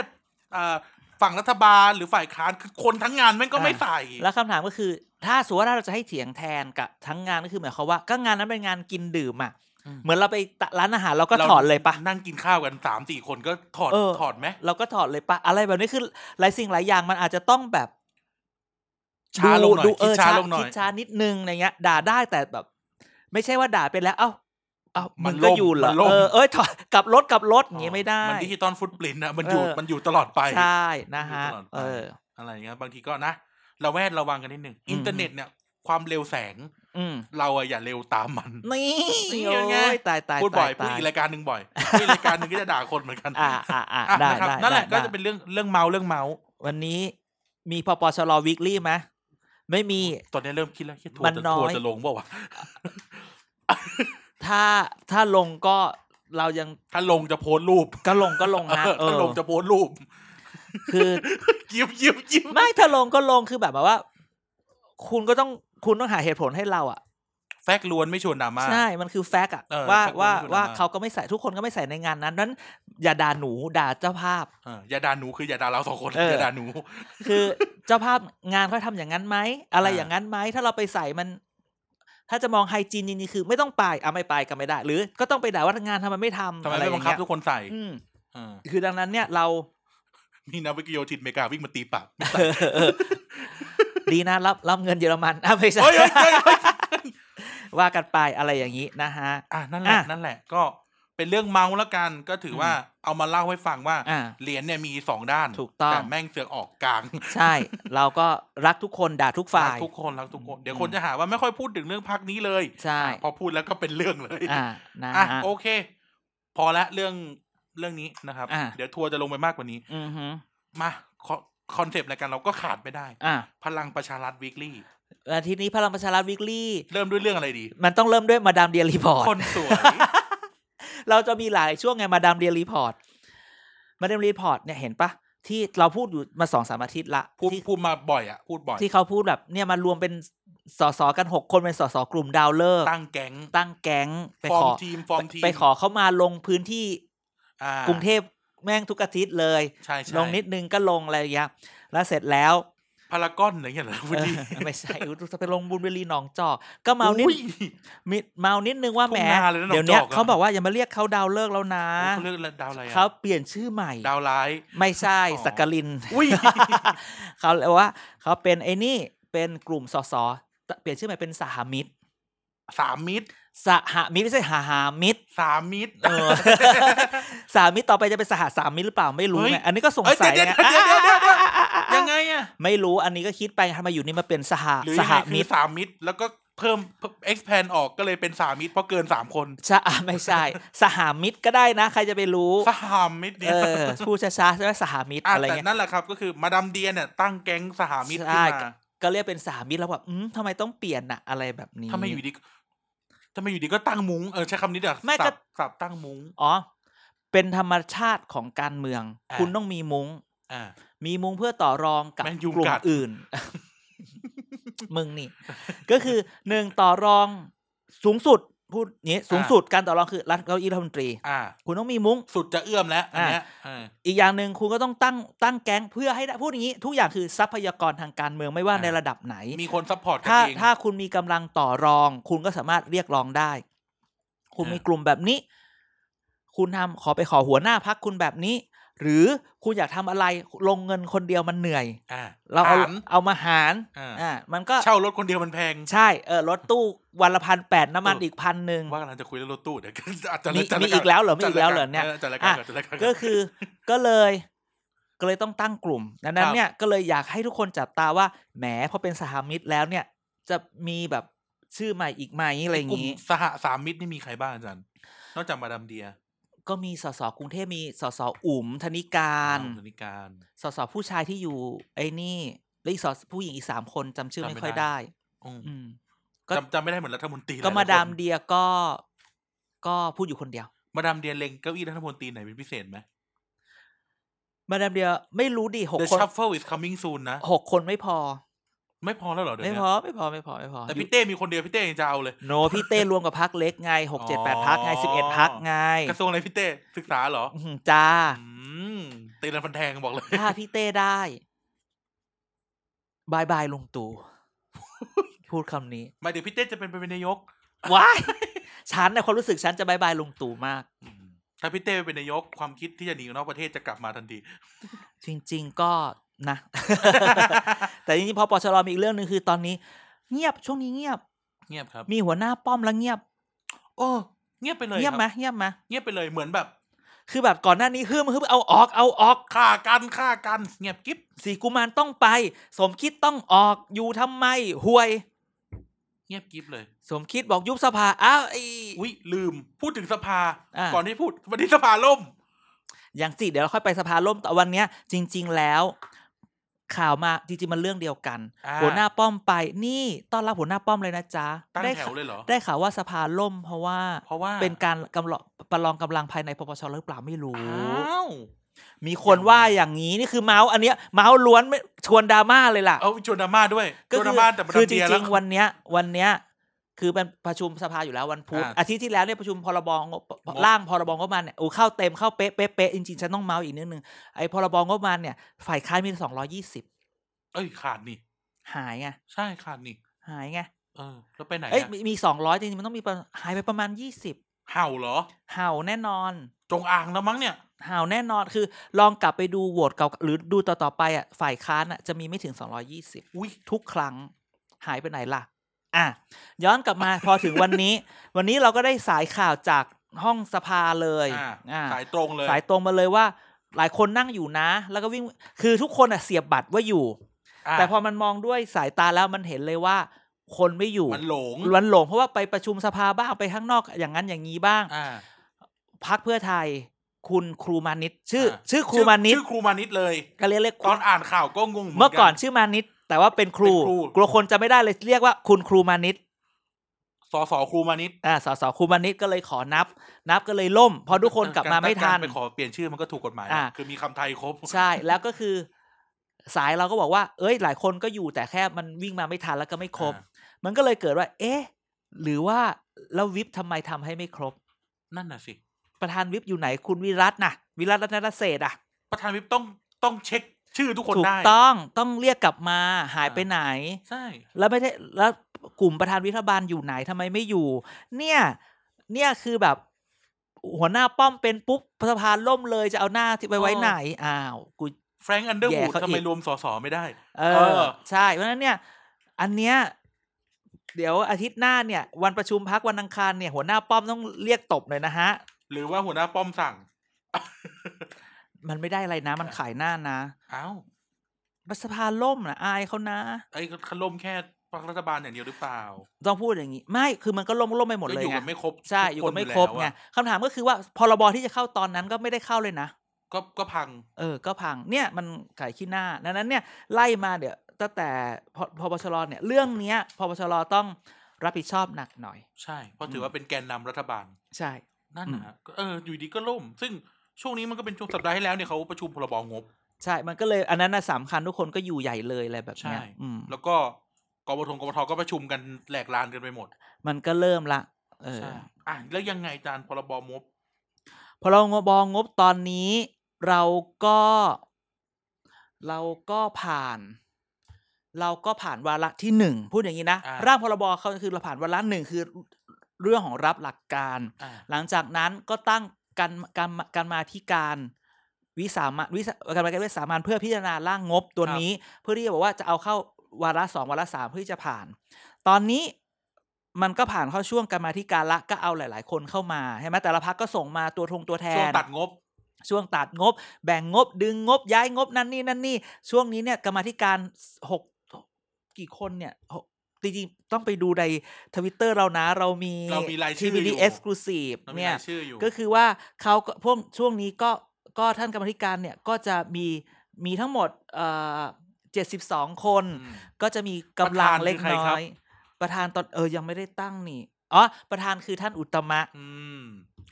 Speaker 2: อ่าฝั่งรัฐบาลหรือฝ่ายค้านคือคนทั้งงานแม่งก็ไม่
Speaker 1: อ่า
Speaker 2: ใส่
Speaker 1: แล้วคำถามก็คือ ถ้าสมมติว่าเราจะให้เถียงแทนกับทั้งงานก็คือหมายความว่าก็งานนั้นเป็นงานกินดื่มอ่ะเหมือนเราไปร้านอาหารเราก็ถอดเลยปะ
Speaker 2: นั่งกินข้าวกันสามสี่คนก็ถอด
Speaker 1: เออ
Speaker 2: ถอดไหม
Speaker 1: เราก็ถอดเลยปะอะไรแบบนี้คือหลายสิ่งหลายอย่างมันอาจจะต้องแบบ
Speaker 2: ช้าลงหน่อย
Speaker 1: ดูดูเ
Speaker 2: คิดช้าลงหน่อย
Speaker 1: คิดช้านิดนึงอะไรเงี้ย ด่าได้แต่แบบ ไม่ใช่ว่าด่าไปแล้ว เอ้าเอ้า
Speaker 2: มั
Speaker 1: มัน นก็
Speaker 2: ล่ม
Speaker 1: อยู่เหร
Speaker 2: มั
Speaker 1: อน
Speaker 2: ล่ม
Speaker 1: เออเอ้ยถอดกลับรถกลับรถอย่างงี้ไม่ได้
Speaker 2: มันดิจิตอลฟุตปรินนะมันอยู่
Speaker 1: เออ
Speaker 2: มันอยู่ตลอดไป
Speaker 1: ใช่นะฮะ
Speaker 2: มันอยู่ตลอดไป
Speaker 1: เออ
Speaker 2: อะไรเงี้ยบางทีก็นะเราแวดระวังกันนิดนึง
Speaker 1: อืม
Speaker 2: อินเทอร์เน็ตเนี่ยความเร็วแสง
Speaker 1: อืม
Speaker 2: เราอะอย่าเร็วตามมัน
Speaker 1: นี่
Speaker 2: นี่
Speaker 1: โอ
Speaker 2: ไง
Speaker 1: ้ยตายตาย
Speaker 2: พูดบ่อย
Speaker 1: ตา
Speaker 2: พูด
Speaker 1: ตา
Speaker 2: อีกรายการหนึ่งบ่อยพูดอีกรายการหนึ่งก็จะด่าคนเหมือนกัน
Speaker 1: อ่าอ่าอ่า
Speaker 2: อ่ะ
Speaker 1: ได้
Speaker 2: นะครับ
Speaker 1: ได้
Speaker 2: นั่นแหละ
Speaker 1: ได้
Speaker 2: ก็จะเป็นเรื่องเรื่องเมาเรื่องเมา
Speaker 1: วันนี้มีพอปชรวิกลี่ไหมไม่มี
Speaker 2: ตอนนี้เริ่มคิดแล้วคิดทัว
Speaker 1: มั
Speaker 2: ร์
Speaker 1: น
Speaker 2: จะ
Speaker 1: น้อย
Speaker 2: ทัวร์จะลงเปล่าวะ
Speaker 1: ถ้าถ้าลงก็เรายัง
Speaker 2: ถ้าลงจะโพสต์รูป
Speaker 1: ก็ลงก็ลงนะเออ
Speaker 2: ถ้าลงจะโพสต์รูป
Speaker 1: คือ
Speaker 2: ยิ้มยิ้มยิ้ม
Speaker 1: ไม่ถ้าลงก็ลงคือแบบว่า คุณก็ต้องคุณต้องหาเหตุผลให้เราอ่ะ
Speaker 2: แฟกต์ล้วนไม่ชวนดราม่า
Speaker 1: ใช่ มันคือแฟกต์อ่ะ
Speaker 2: เออ
Speaker 1: ว่า
Speaker 2: แฟกต์
Speaker 1: ว่า
Speaker 2: ไม่ชวน
Speaker 1: ว่า
Speaker 2: ดราม่า
Speaker 1: เขาก็ไม่ใส่ทุกคนก็ไม่ใส่ในงานนั้นนั้น อย่าด่าหนูด่าเจ้าภาพ
Speaker 2: เอออย่าด่าหนูคืออย่าด่าเราสองคน
Speaker 1: เอออ
Speaker 2: อย่าด่าหนู
Speaker 1: คือ <laughs> เจ้าภาพงานเขาทำอย่างนั้นไหมอะไร
Speaker 2: อ่า
Speaker 1: อย่างนั้นไหมถ้าเราไปใส่มัน ถ้าจะมองไฮจีนจริงๆคือ ไม่ต้องไปอ่ะไม่ไปก็ไม่ได้ หรือก็ต้องไปด่าว่างานทำไมไม่ทำ
Speaker 2: ทำไม
Speaker 1: อะไร
Speaker 2: ไม่
Speaker 1: อ
Speaker 2: บั
Speaker 1: ย่าง ง
Speaker 2: คับ
Speaker 1: เงี้ย
Speaker 2: ทุกคนใส่
Speaker 1: อืม
Speaker 2: เออ
Speaker 1: คือดังนั้นเนี่ยเรา
Speaker 2: มีนาวิกโยธินอเมริกาวิ่งมาตีปาก
Speaker 1: <laughs> ดีนะรับรับเงินเยอรมัน <laughs> อ่ะไม่ใช่
Speaker 2: เฮ้ยเฮ้ยเฮ้ยเฮ้ย
Speaker 1: ว่ากันไปอะไรอย่างนี้นะฮะ
Speaker 2: อ่ะนั่นแหละ
Speaker 1: อ่ะ
Speaker 2: นั่นแหละก็เป็นเรื่องเมาส์แล้วกันก็ถือว่าเอามาเล่าให้ฟังว่า
Speaker 1: อ่ะ
Speaker 2: เหรียญเนี่ยมีสองด้าน
Speaker 1: ถูกต้อง
Speaker 2: แต่แม่งเสือกออกกลาง
Speaker 1: ใช่ เราก็รักทุกคนด่าทุกฝ่า
Speaker 2: รั
Speaker 1: ย
Speaker 2: กทุกคนรักทุกคนเดี๋ยว
Speaker 1: อืม
Speaker 2: คนจะหาว่าไม่ค่อยพูดถึงเรื่องพักนี้เลย
Speaker 1: ใช่
Speaker 2: อ่ะพอพูดแล้วก็เป็นเรื่องเลย
Speaker 1: อ่านะ
Speaker 2: อ่ะ
Speaker 1: ฮะ
Speaker 2: โอเค พอละเรื่องเรื่องนี้นะครับ
Speaker 1: อ่ะ
Speaker 2: เดี๋ยวทัวร์จะลงไปมากกว่านี้
Speaker 1: อือฮึ
Speaker 2: มาคอนเซปต์รายการเราก็ขาดไม่ได้
Speaker 1: อ่า
Speaker 2: พลังประชารัฐวีคลี่
Speaker 1: อาทิตย์นี้พลังประชารัฐวิกฤต
Speaker 2: เริ่มด้วยเรื่องอะไรดี
Speaker 1: มันต้องเริ่มด้วยมาดามเดียรีพอร์ต
Speaker 2: คนส
Speaker 1: <laughs>
Speaker 2: วย
Speaker 1: เราจะมีหลายช่วงไงมาดามเดียรีพอร์ต มาดามเดียรีพอร์ตเนี่ยเห็นปะที่เราพูดอยู่มาสองสามอาทิตย์ละ
Speaker 2: พูด
Speaker 1: ที่
Speaker 2: พูดมาบ่อยอ่ะ พูดบ่อย
Speaker 1: ที่เขาพูดแบบเนี่ยมารวมเป็นสสกันหกคนเป็นสสกลุ่มดาวเลิกษ์
Speaker 2: ตั้งแก๊ง
Speaker 1: ตั้งแก๊งไป
Speaker 2: ฟอ
Speaker 1: ข
Speaker 2: ร์ม
Speaker 1: อ
Speaker 2: ทีมฟอร์มทีม
Speaker 1: ไปขอเขามาลงพื้นที่
Speaker 2: อ่าก
Speaker 1: รุงเทพแม่งทุกอาทิตย์เลย
Speaker 2: ใช่ใช่
Speaker 1: ลงนิดนึงก็ลงอะไรอย่างเงี้ยแล้วเสร็จแล้ว
Speaker 2: พารากอนอะไรอย่างเงี้ยเหรอพูด
Speaker 1: เอ
Speaker 2: ดี
Speaker 1: อ <laughs> ไม่ใช่อุ๊ยจะไปลงบุญเวลีหนองจอก ก็เมานิด
Speaker 2: อุ้ย
Speaker 1: มิเมานิดนึงว่า
Speaker 2: ทุ่
Speaker 1: แหม
Speaker 2: งนาเลยนะหนองจอกอะ
Speaker 1: เดี๋ยวเนี้ยเขาบอกว่าอย่ามาเรียกเขาดาวเลิกษ์แล้วนะ
Speaker 2: เขาเรียกดาวอะไรอ่ะ
Speaker 1: เขาเปลี่ยนชื่อใหม่
Speaker 2: ดาวร้าย
Speaker 1: ไม่ใช่
Speaker 2: อ๋อ
Speaker 1: สักกลิน <laughs>
Speaker 2: อุ้ย
Speaker 1: เขาเรียกว่าเขาเป็นไอ้นี่เป็นกลุ่มสสเปลี่ยนชื่อใหม่เป็นสหมิตร
Speaker 2: สามมิตร
Speaker 1: สหมิตรไม่ใช่หาหามิตร
Speaker 2: สาม
Speaker 1: <laughs>
Speaker 2: มิตร
Speaker 1: เออ สหมิตรต่อไปจะเป็นสหสามมิตรหรือเปล่าไม่รู้
Speaker 2: เฮ้ย
Speaker 1: ไงอันนี้ก็สง
Speaker 2: เอ้ย
Speaker 1: สัย
Speaker 2: เดี๋ยว
Speaker 1: ไง
Speaker 2: เดี๋ยวเดี๋ยวเดี๋ยวเดี๋ยว ยังไงอ่ะ
Speaker 1: ไม่รู้อันนี้ก็คิดไปทำไมอยู่นี่มาเป็นสห
Speaker 2: หรือ
Speaker 1: ส
Speaker 2: ยัง
Speaker 1: ห
Speaker 2: ไง
Speaker 1: มิ
Speaker 2: มี
Speaker 1: ตร
Speaker 2: สามมิตร แล้วก็เพิ่ม expand ออกก็เลยเป็นสามมิตร เพราะเกินสามคน
Speaker 1: ใช่อ่ะไม่ใช่ สหามิตรก็ได้นะ ใครจะไปรู้
Speaker 2: สหามมิตรเนี่
Speaker 1: เอย อพูดช้าๆใช่ไหมสหามิตร
Speaker 2: อ่ะ
Speaker 1: อะไร
Speaker 2: แต่
Speaker 1: เงี้ย
Speaker 2: นั่นแหละครับ ก็คือมาดามเดียเนี่ย ตั้งแก๊งสหามมิตรขึ้น
Speaker 1: ใช่
Speaker 2: มา
Speaker 1: ก็เรียกเป็นสหามิตรแล้วแบบอืมทำไมต้องเปลี่ยนน่ะ อะไรแบบนี้
Speaker 2: ทำไมอยู่ดีทำไมอยู่ดีก็ตั้งมุ้งเออใช้คำนี้เดี๋ยว
Speaker 1: ไม่ก็
Speaker 2: สับสับตั้งมุ้ง
Speaker 1: อ๋อ เป็นธรรมชาติของการเมือง
Speaker 2: อ่า
Speaker 1: คุณต้องมีมุ้ง
Speaker 2: อ่า
Speaker 1: มีมุ้งเพื่อต่อรองกับ
Speaker 2: แมนยู
Speaker 1: กลุ่
Speaker 2: กั
Speaker 1: ม
Speaker 2: ด <laughs>
Speaker 1: อื่น มึงนี่ ก็คือหนึ่งต่อรองสูงสุดพูดอย่างนี้สูงสุดการต่อรองคือรัฐเก้าอี้รัฐมนตรี
Speaker 2: อ่า
Speaker 1: คุณต้องมีมุ้ง
Speaker 2: สุดจะเอื้อมแล้วอันเนี้ยเออ
Speaker 1: อีกอย่างหนึ่งคุณก็ต้องตั้งตั้งแก๊งเพื่อให้ได้พูดอย่างนี้ ทุกอย่างคือทรัพยากรทางการเมืองไม่ว่า
Speaker 2: อ่า
Speaker 1: ในระดับไหน
Speaker 2: มีคนซัพพอร์ตกัน
Speaker 1: ถ้า
Speaker 2: เอง
Speaker 1: ถ้าคุณมีกำลังต่อรอง คุณก็สามารถเรียกร้องได้ คุณ
Speaker 2: อ่ามี
Speaker 1: มีกลุ่มแบบนี้ คุณทำขอไปขอหัวหน้าพักคุณแบบนี้ หรือคุณอยากทำอะไรลงเงินคนเดียวมันเหนื่อย
Speaker 2: อ่า
Speaker 1: เราเอา
Speaker 2: หร
Speaker 1: เอามาหาร
Speaker 2: อ่า
Speaker 1: อ่ามันก็
Speaker 2: เช่ารถคนเดียวมันแพง
Speaker 1: ใช่เออรถตู้วันละพันแปดน้ำมัน
Speaker 2: เอออี
Speaker 1: อีกพันหนึ่ง
Speaker 2: ว่ากำลังจะคุยเรื่องรถตู้เดี๋ยว <laughs> ก็อาจจะ
Speaker 1: มี
Speaker 2: จัด
Speaker 1: มี
Speaker 2: รายาร
Speaker 1: อีกแล้วเหรอมีอีกแล้วเหรอเนี่ย
Speaker 2: จัดรายการก่อนจัดรายการก่อน
Speaker 1: ก็คือก็เลยก็เลยต้องตั้งกลุ่มดังนั้
Speaker 2: คน รับ
Speaker 1: เนี่ยก็เลยอยากให้ทุกคนจับตาว่าแหมพอเป็นสหมิตรแล้วเนี่ย จะมีแบบชื่อใหม่อีกไหมอะไรอย่าง
Speaker 2: กลุ่ม
Speaker 1: นี้
Speaker 2: สหสามมิตรนี่มีใครบ้างอาจารย์ นอกจากมาดามเดีย
Speaker 1: ก็มีสสกรุงเทพมีสสอุ๋มธนิการ
Speaker 2: อ่าคุณนิการ
Speaker 1: สสผู้ชายที่อยู่ ไอ้นี่และอีกสสผู้หญิงอีกสามคนจำชื่อ
Speaker 2: จำไม่
Speaker 1: ไม่ค่อย
Speaker 2: ได้
Speaker 1: ได้
Speaker 2: อืม
Speaker 1: อืม ก็
Speaker 2: จำจำไม่ได้เหมือนรัฐมนตรี
Speaker 1: ก็
Speaker 2: หลยๆ
Speaker 1: มาดาม
Speaker 2: คน
Speaker 1: เดียก็ ก็พูดอยู่คนเดียว
Speaker 2: มาดามเดียเล็งเก้าอี้รัฐมนตรีไหนเป็นพิเศษไหม
Speaker 1: มาดามเดียไม่รู้ดิหก
Speaker 2: The
Speaker 1: คน
Speaker 2: shuffle is coming soon นะ
Speaker 1: หกคนไม่พอ
Speaker 2: ไม่พอแล้วเหรอเดี๋ยว
Speaker 1: ไม่พ
Speaker 2: เนี้
Speaker 1: อย ไม่พอไม่พอไม่พอ
Speaker 2: แต่
Speaker 1: อยู่
Speaker 2: พี่เต้มีคนเดียวพี่เต้ยังจะเอาเลย
Speaker 1: โนพี่เต้รวมกับพักเล็กไงหกเจ็ดแปดพักไง
Speaker 2: อ๋
Speaker 1: สิบ
Speaker 2: อ
Speaker 1: เอ็ดพักไง
Speaker 2: กระทรวงอะไรพี่เต้ศึกษาเหรอ
Speaker 1: อื้อหือจ้า
Speaker 2: อืมตีรันฟันแทงบอกเลย
Speaker 1: ถ้าพี่เต้ได้บายบายลุงตู่พูดคำนี้
Speaker 2: หมายถึงพี่เต้จะเป็นเป็นนายก
Speaker 1: ว้าย <laughs> ฉันในะความรู้สึกฉันจะบายบายลุงตู่มาก
Speaker 2: อืมถ้าพี่เต้เป็นนายกความคิดที่จะหนีออกนอกประเทศจะกลับมาทันที
Speaker 1: จริง ๆ ก็นะ <laughs> แต่จริงๆพอปชรมีอีกเรื่องหนึ่งคือตอนนี้ เงียบช่วงนี้เงียบ
Speaker 2: <laughs> เงียบครับ
Speaker 1: มีหัวหน้าป้อมแล้วเงียบ
Speaker 2: โอ้เงียบไปเลย
Speaker 1: เงียบ
Speaker 2: ครั
Speaker 1: ไหมเงียบไหม
Speaker 2: เงียบไปเลยเหมือนแบบ
Speaker 1: คือแบบก่อนหน้านี้ฮึมฮึมเอาออกเอาออก
Speaker 2: ฆ่ากันฆ่ากันเงียบกิ๊บ
Speaker 1: สีกุมารต้องไป สมคิดต้องออกอยู่ทำไมห่วย
Speaker 2: เงียบกิ๊บเลย
Speaker 1: สมคิดบอกยุบสภา อ้าวไอ้
Speaker 2: อุ้ยลืมพูดถึงสภา
Speaker 1: อ่า
Speaker 2: ก่อนที่พูดวันที่สภาล่ม
Speaker 1: อย่างสิเดี๋ยวเราค่อยไปสภาล่มแต่วันเนี้ย จริง ๆ แล้ว ข่าวมาจริงๆมันเรื่องเดียวกัน
Speaker 2: อ่า
Speaker 1: หัวหน้าป้อมไปนี่ต้อนรับหัวหน้าป้อมเลยนะจ๊ะ
Speaker 2: ตั้ง
Speaker 1: ได้
Speaker 2: แถวเลยเหรอ
Speaker 1: ได้ข่าวว่าสภาล่ม เพราะว่า
Speaker 2: เพราะว่า
Speaker 1: เป็นการกำลังประลองกำลังภายในปปชหรือเปล่าไม่รู้
Speaker 2: อ้าว
Speaker 1: มีคนว่าอย่างนี้นี่คือเมาส์อันเนี้ยเมาส์ล้วนไม่ชวนดราม่าเลยล่ะ
Speaker 2: เอาชวนดราม่าด้วยช
Speaker 1: ก็
Speaker 2: วน
Speaker 1: คื
Speaker 2: ดรา
Speaker 1: อ
Speaker 2: ม่าแต่มัน
Speaker 1: คือจ
Speaker 2: เดีย
Speaker 1: ริ
Speaker 2: แล้ว
Speaker 1: งๆวันเนี้ย วันเนี้ยคือมันประชุมสภาอยู่แล้ววันพุธ
Speaker 2: อ่า
Speaker 1: อาทิตย์ที่แล้วเนี่ยประชุมพรบงบ
Speaker 2: งบ
Speaker 1: ร่างพรบงบประมาณเนี่ยโอ้เข้าเต็มเข้าเป๊ะเป๊ะเป๊ะจริงๆฉันต้องเมาส์อีกนิดนึงไอ้พรบงบประมาณเนี่ย ฝ่ายค้านมีสองร้อยี่สิบ
Speaker 2: เอ้ยขาดนี่
Speaker 1: หายไง
Speaker 2: ใช่ขาดนี่
Speaker 1: หายไง
Speaker 2: เออ แล้วไปไหน
Speaker 1: เอ้ย
Speaker 2: อะ
Speaker 1: มีสองร้อยจริงๆมันต้องมีประหายไปประมาณยี่สิบ
Speaker 2: เห่าเหรอ
Speaker 1: เห่าแน่นอน
Speaker 2: จงอางแล้วมั้งเนี่ย
Speaker 1: ห่าวแน่นอนคือ ลองกลับไปดูโหวตเก่าหรือดูต่อๆไปอ่ะฝ่ายค้านอ่ะจะมีไม่ถึง 220
Speaker 2: อุ้ย
Speaker 1: ทุกครั้งหายไปไหนล่ะ อ่ะ ย้อนกลับมา <laughs> พอถึงวันนี้ วันนี้เราก็ได้สายข่าวจากห้องสภาเลย
Speaker 2: อ่า
Speaker 1: อ่า
Speaker 2: สายตรงเลย
Speaker 1: สายตรงมาเลยว่า หลายคนนั่งอยู่นะ แล้วก็วิ่งคือทุกคนอ่ะเสียบบัตรว่าอยู่
Speaker 2: ะ
Speaker 1: แต่พอมันมองด้วยสายตาแล้วมันเห็นเลยว่า คนไม่อยู่
Speaker 2: มันหลง
Speaker 1: มันหลงเพราะว่าไปประชุมสภาบ้างไปข้างนอกอย่างนั้นอย่างนี้บ้าง
Speaker 2: อ่า
Speaker 1: พักเพื่อไทย คุณครูมานิตชื่อ
Speaker 2: า
Speaker 1: ชื่อครูมานิต
Speaker 2: ชื่อครูมานิดเลย
Speaker 1: ก็เรียกเรียก
Speaker 2: ตอนอ่านข่าวก็งงห
Speaker 1: เมื่อก่อน
Speaker 2: น
Speaker 1: ชื่อมานิตแต่ว่าเป็นครู
Speaker 2: เป็นครู
Speaker 1: กลัวคนจะไม่ได้เลยเรียกว่าคุณครูมานิต
Speaker 2: สอสอครูมานิด
Speaker 1: อ่าสสครูมานิตก็เลยขอนับ นับก็เลยล่มเพราะทุกคนกลับมาไม่ทัน
Speaker 2: กรไปขอเปลี่ยนชื่อมันก็ถูกกฎหมายนะ
Speaker 1: อ่า
Speaker 2: คือมีคำไทยครบ
Speaker 1: ใช่แล้วก็คือ สายเราก็บอกว่า เอ้ย หลายคนก็อยู่แต่แค่มันวิ่งมาไม่ทันแล้วก็ไม่ครบ
Speaker 2: อ่า
Speaker 1: มันก็เลยเกิดว่า เอ๊ะ หรือว่าแล้ววิปทำไมทำให้ไม่ครบ
Speaker 2: นั่นน่ะสิ
Speaker 1: ประธานวิปอยู่ไหนคุณวิรัตนะวิรัตรัตนเศรษฐ์อ่ะ
Speaker 2: ประธานวิปต้องต้องเช็คชื่อทุกคน
Speaker 1: ถูก
Speaker 2: ได้
Speaker 1: ต้องต้องเรียกกลับมาหาย
Speaker 2: อ่า
Speaker 1: ไปไหน
Speaker 2: ใช่
Speaker 1: แล้วไม่ได้แล้วกลุ่มประธานวิทยาบาลอยู่ไหนทำไมไม่อยู่ เนี่ย เนี่ยคือแบบ หัวหน้าป้อมเป็นปุ๊บสภาล่มเลยจะเอาหน้าที่ไปไว้ไหนอ้าวกู
Speaker 2: แฟรงก์อันเดอร์วูด
Speaker 1: แย่เขาอีก
Speaker 2: ทำไมรวมสอสอไม่ได้
Speaker 1: เอ
Speaker 2: เอ
Speaker 1: อ
Speaker 2: อ
Speaker 1: ใช่เพราะฉะนั้นเนี่ย อันเนี้ยเดี๋ยวอาทิตย์หน้าเนี่ย วันประชุมพักวันอังคารเนี่ย หัวหน้าป้อมต้องเรียกตบหน่อยนะฮะ
Speaker 2: หรือว่าหัวหน้าป้อมสั่ง
Speaker 1: มันไม่ได้อะไรนะ มันขายหน้านะ
Speaker 2: อ้าว
Speaker 1: รัฐสภาล่มนะอายเขานะ
Speaker 2: ไอ้ขล่มแค่พรรครัฐบาลอย่างเดียวหรือเปล่า
Speaker 1: ต้องพูดอย่างนี้ ไม่คือมันก็ล่มก็ล่มไปหมดเล
Speaker 2: ก็
Speaker 1: ย
Speaker 2: อยู่
Speaker 1: ไง
Speaker 2: กันไม่ครบ
Speaker 1: ใช่อยู่
Speaker 2: ทุ
Speaker 1: กัน
Speaker 2: น
Speaker 1: ไม่
Speaker 2: อ
Speaker 1: ครบ
Speaker 2: แล้ว
Speaker 1: ไง
Speaker 2: อะ
Speaker 1: คำถามก็คือว่าพรบที่จะเข้าตอนนั้นก็ไม่ได้เข้าเลยนะ
Speaker 2: ก็ก็พัง
Speaker 1: เออ ก็พังเนี่ยมันไก่ขี้หน้าดังนั้นเนี่ยไล่มาเดี๋ยวตั้งแต่พพบชรเนี่ยเรื่องเนี้ยพบชรต้องรับผิดชอบหนักหน่อย
Speaker 2: ใช่เพราะถือ
Speaker 1: ม
Speaker 2: ว่าเป็นแกนนำรัฐบาล
Speaker 1: ใช่
Speaker 2: นั่น
Speaker 1: อืม
Speaker 2: นะฮะก็เอออยู่ดีก็ล่ม ซึ่งช่วงนี้มันก็เป็นช่วงสัปดาห์ที่แล้วเนี่ยเขาประชุมพรบงบ
Speaker 1: ใช่ มันก็เลยอันนั้นนะสำคัญทุกคนก็อยู่ใหญ่เลยอะไรแบบเนี้ย
Speaker 2: ใช่
Speaker 1: อืม
Speaker 2: แล้วก็กบทงกบทก็ประชุมกันแหลกลานกันไปหมด
Speaker 1: มันก็เริ่มละเออ
Speaker 2: ใช่อ่ะแล้วยังไงอาจารย์พรบงบ
Speaker 1: พอเรางบงบตอนนี้เราก็ เราก็ผ่าน เราก็ผ่านวาระที่หนึ่งพูดอย่างนี้นะ
Speaker 2: อ่า
Speaker 1: ร่างพรบเขาคือเราผ่านวาระหนึ่งคือเรื่องของรับหลักการ
Speaker 2: อ่ะ
Speaker 1: หลังจากนั้นก็ตั้งการการการมาธิการวิสามันวิสาการมาธิการวิสามันเพื่อพิจารณาร่างงบตัวนี้ เพื่อที่จะบอกว่าจะเอาเข้าวาระสองวาระสามเพื่อที่จะผ่าน ตอนนี้มันก็ผ่านเข้าช่วงการมาธิการละก็เอาหลาย ๆ คนเข้ามาใช่ไหมแต่ละพักก็ส่งมาตัวทงตัวแท
Speaker 2: ช่วง
Speaker 1: น
Speaker 2: ตัดงบ
Speaker 1: ช่วงตัดงบ แบ่งงบ ดึงงบย้ายงบนั่นนี่นั่นนี่ ช่วงนี้เนี่ยกรรมาธิการหกกี่คนเนี่ยหกจริงๆต้องไปดูในทวิตเตอร์เรานะ เรามี
Speaker 2: เรามีรายชื่ออยู่
Speaker 1: TVD Exclusive
Speaker 2: มันมี
Speaker 1: เนี่ย
Speaker 2: รายชื่ออยู่
Speaker 1: ก็คือว่าเขาก็พวกช่วงนี้ก็ก็ท่านกรรมาธิการเนี่ย ก็จะมีมีทั้งหมดเอ่อจ็ดสิบสองคน
Speaker 2: ม
Speaker 1: ก็จะมีกำลังเล็ก
Speaker 2: ประธานคือ
Speaker 1: น้
Speaker 2: ใครครั
Speaker 1: อบ ย ประธานตอนเออยังไม่ได้ตั้งนี่อ๋อประธานคือท่านอุตตมะ
Speaker 2: อืม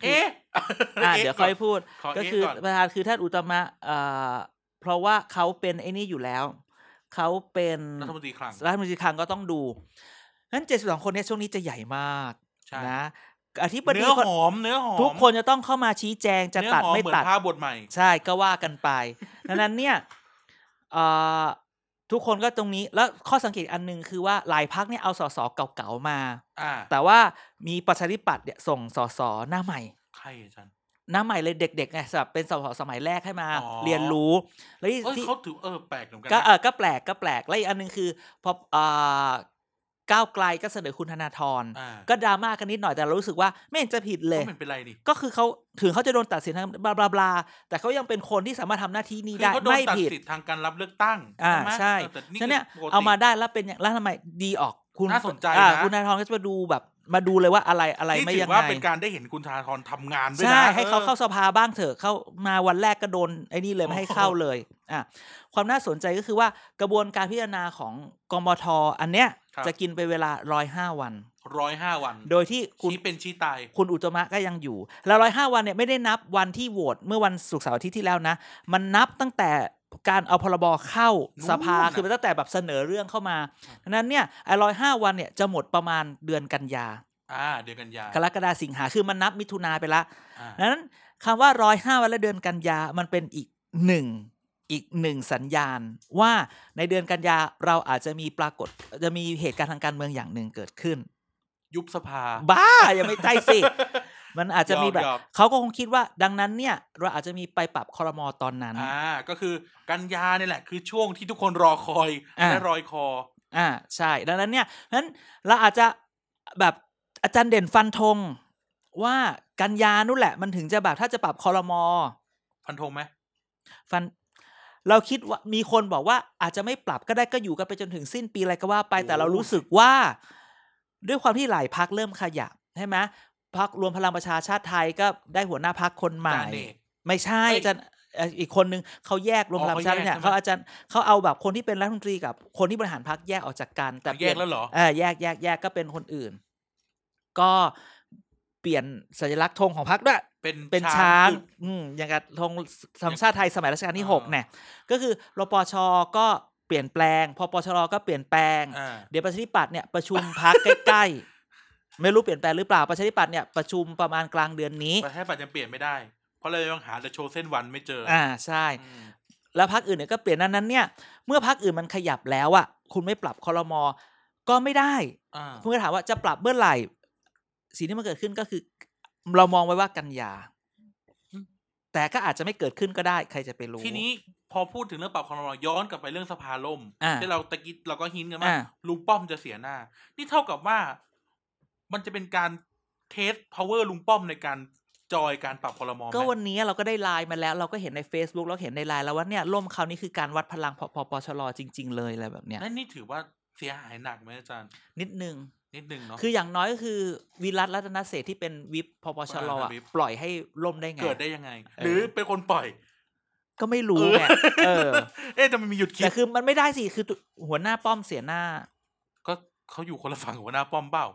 Speaker 2: เอ๊ะ <laughs>
Speaker 1: อ่าเดี๋ยวค่อยพูด
Speaker 2: ขอ
Speaker 1: ก็
Speaker 2: เอ๊ะ
Speaker 1: คือ
Speaker 2: ก่อน
Speaker 1: ประธานคือท่านอุตตมะเอ่อเพราะว่าเขาเป็นไอ้นี่อยู่แล้ว เขาเป็น
Speaker 2: รัฐมนตรีคลัง
Speaker 1: รัฐมนตรีคลังก็ต้องดูนั้นเจ็ดสิบสองคนเนี่ยช่วงนี้จะใหญ่มาก
Speaker 2: ใช่
Speaker 1: นะอธิบดี
Speaker 2: เนื้อหอมเนื้อหอม
Speaker 1: ทุกคนจะต้องเข้ามาชี้แจงจะ
Speaker 2: เนื้อ
Speaker 1: ตัด
Speaker 2: หอ
Speaker 1: ไม่
Speaker 2: เหอน
Speaker 1: ตัด
Speaker 2: ผ้าบทใหม่
Speaker 1: ใช่ก็ว่ากันไป ดังนั้นเนี่ยเอ่อทุกคนก็ตรงนี้ แล้วข้อสังเกตอันหนึ่งคือว่าหลายพักเนี่ยเอาสสเก่าๆมา
Speaker 2: อ่า
Speaker 1: แต่ว่ามีประชาธิปัตย์เนี่ยส่งสสหน้าใหม่
Speaker 2: ใครอาจารย์
Speaker 1: หน้าใหม่เลยเด็กๆไงสำหรับเป็นสสสมัยแรกให้มา
Speaker 2: อ๋อ
Speaker 1: เรียนรู้ แล้วที่
Speaker 2: เอ้ย
Speaker 1: ที่
Speaker 2: เขาถือเออแปลกเหมือนกัน
Speaker 1: ก็
Speaker 2: นะ
Speaker 1: เออก็แปลกก็แปลกแล้วอีกอันหนึงคือพออ่าก้าวไกลก็เสนอคุณธนาธร
Speaker 2: อ่า
Speaker 1: ก็ดราม่ากันนิดหน่อยแต่เรารู้สึกว่าไม่เห็นจะผิดเลย
Speaker 2: ไม่เป็นไรนี่
Speaker 1: ก็คือเขาถึงเขาจะโดนตัดสินทางบลาบลาบลาแต่เขายังเป็นคนที่สามารถทำหน้าที่นี้
Speaker 2: คือ
Speaker 1: ได้
Speaker 2: เขาโดน
Speaker 1: ไม่
Speaker 2: ตัด
Speaker 1: ผิด
Speaker 2: สิทธิ์ทางการรับเลือกตั้ง
Speaker 1: อ่า
Speaker 2: ไหม
Speaker 1: ใช่
Speaker 2: ออแต่
Speaker 1: ฉะนั้นเนี่ย
Speaker 2: คือปกติ
Speaker 1: เอามาได้แล้วเป็นอย่างแล้วทำไมดีออกคุณ
Speaker 2: น่าสนใจ
Speaker 1: อ่า
Speaker 2: นะ
Speaker 1: คุณนายทองก็จะมาดูแบบ มาดูเลยว่าอะไรอะไร
Speaker 2: นี่
Speaker 1: ไม่
Speaker 2: ถื
Speaker 1: ยัง
Speaker 2: อว่า
Speaker 1: ไง
Speaker 2: เป็นการได้เห็นคุณธนาธรทำงานด้วยนะ
Speaker 1: ใช่ให้เขา
Speaker 2: ออ
Speaker 1: เข้าสภาบ้างเถอะเข้ามาวันแรกก็โดนไอ้นี่เลยไม่ให้
Speaker 2: โอ้โห
Speaker 1: เข้าเลยอ่ะความน่าสนใจก็คือว่ากระบวนการพิจารณาของกมทอันเนี้ยจะกินไปเวลาร้อยห้าวัน
Speaker 2: ร้อยห้าวัน
Speaker 1: โดยที่คุณ
Speaker 2: ชี้เป็นชี้ตาย
Speaker 1: คุณอุตมะก็ยังอยู่ แล้วร้อยห้าวันเนี่ยไม่ได้นับวันที่โหวตเมื่อวันศุกร์เสาร์อาทิตย์ที่แล้วนะ มันนับตั้งแต่การเอาพรบเข้าสภา
Speaker 2: นู่นน่ะ
Speaker 1: คือมันตั้งแต่แบบเสนอเรื่องเข้ามาดังนั้นเนี่ยไอ้ร้อยห้าวันเนี่ยจะหมดประมาณเดือนกันยา
Speaker 2: อ่า เดือนกันยาก
Speaker 1: รกฎาสิงหาคือมันนับมิถุนาไปละ
Speaker 2: อ่า
Speaker 1: ดังนั้นคำว่าร้อยห้าวันและเดือนกันยามันเป็นอีกหนึ่งอีกหนึ่งสัญญาณ ว่าในเดือนกันยาเราอาจจะมีปรากฏจะมีเหตุการณ์ทางการเมืองอย่างหนึ่งเกิดขึ้น
Speaker 2: ยุบสภา
Speaker 1: บ้าอย่าไม่ใจสิ มันอาจจะมีแบบ
Speaker 2: ยอมยอม
Speaker 1: เขาก็คงคิดว่า ดังนั้นเนี่ยเราอาจจะมีไปปรับคอรมอตอนนั้น
Speaker 2: อ่า ก็คือกันยาเนี่ยแหละ คือช่วงที่ทุกคนรอคอย
Speaker 1: อ่า
Speaker 2: และรอยคอ
Speaker 1: อ่าใช่ดังนั้นเนี่ยนั้นเราอาจจะแบบอาจารย์เด่นฟันธงว่ากันยานู่นแหละ มันถึงจะแบบถ้าจะปรับคอรมอ
Speaker 2: พันธงไหม
Speaker 1: ฟัน เราคิดว่ามีคนบอกว่าอาจจะไม่ปรับก็ได้ก็อยู่กันไปจนถึงสิ้นปีอะไรก็ว่าไปแต่เรารู้สึกว่า ด้วยความที่หลายพักเริ่มขยับใช่ไหมพักรวมพลังประชาชาติไทยก็ได้หัวหน้าพักคนให
Speaker 2: จา
Speaker 1: ม่
Speaker 2: นเอก
Speaker 1: ไม่ใช่
Speaker 2: เอ้ย
Speaker 1: อาจารย์เอ่ออีกคนนึงเขาแยกรวมพลังประชาชาติเนี่ย
Speaker 2: อ๋อเขา
Speaker 1: เขา
Speaker 2: แยกใช่ไหม
Speaker 1: อาจารย์เขาเอาแบบคนที่เป็นรัฐมนตรีกับคนที่บริหารพักแยกออกจากกัน แต่
Speaker 2: แต่
Speaker 1: เป
Speaker 2: แย
Speaker 1: ลี่ย
Speaker 2: ก
Speaker 1: น
Speaker 2: แล้วเหรอ
Speaker 1: เออแยกแยกแยกก็เป็นคนอื่น ก็เปลี่ยนสัญลักษณ์ธงของพรรคด้วย
Speaker 2: เป็น
Speaker 1: เป็นช้าง
Speaker 2: จุด
Speaker 1: อืมอย่างกับธงสัมชาติไทยสมัยรัชกาลที่
Speaker 2: อ่า
Speaker 1: หกเนี่ย ก็คือรปชก็เปลี่ยนแปลง พปชรก็เปลี่ยนแปลง
Speaker 2: อ่า
Speaker 1: เดี๋ยวประชาธิปัตย์เนี่ยประชุมพัก ใกล้ๆ ไม่รู้เปลี่ยนแปลงหรือเปล่าประชาธิปัตย์เนี่ยประชุมประมาณกลางเดือนนี้
Speaker 2: ประเทศปัจจะเปลี่ยนไม่ได้ เพราะเรายังหาแต่โชว์เส้นวันไม่เจออ
Speaker 1: อ่าใช่
Speaker 2: อืม
Speaker 1: แล้วพักอื่นเนี่ยก็เปลี่ยนนั้นนั้นเนี่ย เมื่อพักอื่นมันขยับแล้วอ่ะคุณไม่ปรับคอรมอก็ไม่ได้
Speaker 2: อ่า
Speaker 1: คุณก็ถามว่าจะปรับเมื่อไหร่ สิ่งที่มันเกิดขึ้นก็คือ เรามองไว้ว่ากันยา แต่ก็อาจจะไม่เกิดขึ้นก็ได้ ใครจะไปรู้
Speaker 2: ทีนี้พอพูดถึงเรื่องปรับคอรมอย้อนกลับไปเรื่องสภาล่ม
Speaker 1: อ่า
Speaker 2: ที่เราตะกี้เราก็ฮินกันว่า
Speaker 1: อ่า
Speaker 2: ลุงป้อมจะเสียหน้า นี่เท่ากับว่า มันจะเป็นการเทส power ลุงป้อมในการจอยการปรับคอรมอไหม
Speaker 1: ก็วันนี้เราก็ได้ไลน์มาแล้ว เราก็เห็นใน Facebook เราเห็นในไลน์แล้วว่าเนี่ยล่มคราวนี้คือการวัดพลังพพปชรจริง ๆ เลยอะไรแบบเนี้ย
Speaker 2: นั่นนี่ถือว่าเสียหายหนักไหมอาจารย์
Speaker 1: นิดนึง
Speaker 2: นิดนึงเนาะ
Speaker 1: คืออย่างน้อยก็คือวิรัตรัตนเศรษฐ์ที่เป็นวิปพปชรอะ
Speaker 2: วิป
Speaker 1: ปล่อยให้ล่มได้ไง
Speaker 2: เกิดได้ยังไง
Speaker 1: เออ
Speaker 2: หรือเป็นคนปล่อย
Speaker 1: ก็ไม่รู้ไงเออ
Speaker 2: เอ๊ะแต่มันมีหยุดคิ
Speaker 1: แต่
Speaker 2: ด
Speaker 1: คือมันไม่ได้สิคือหัวหน้าป้อมเสียหน้า
Speaker 2: ก็เขาอยู่คนละฝั่งหัวหน้าป้อมเปล่า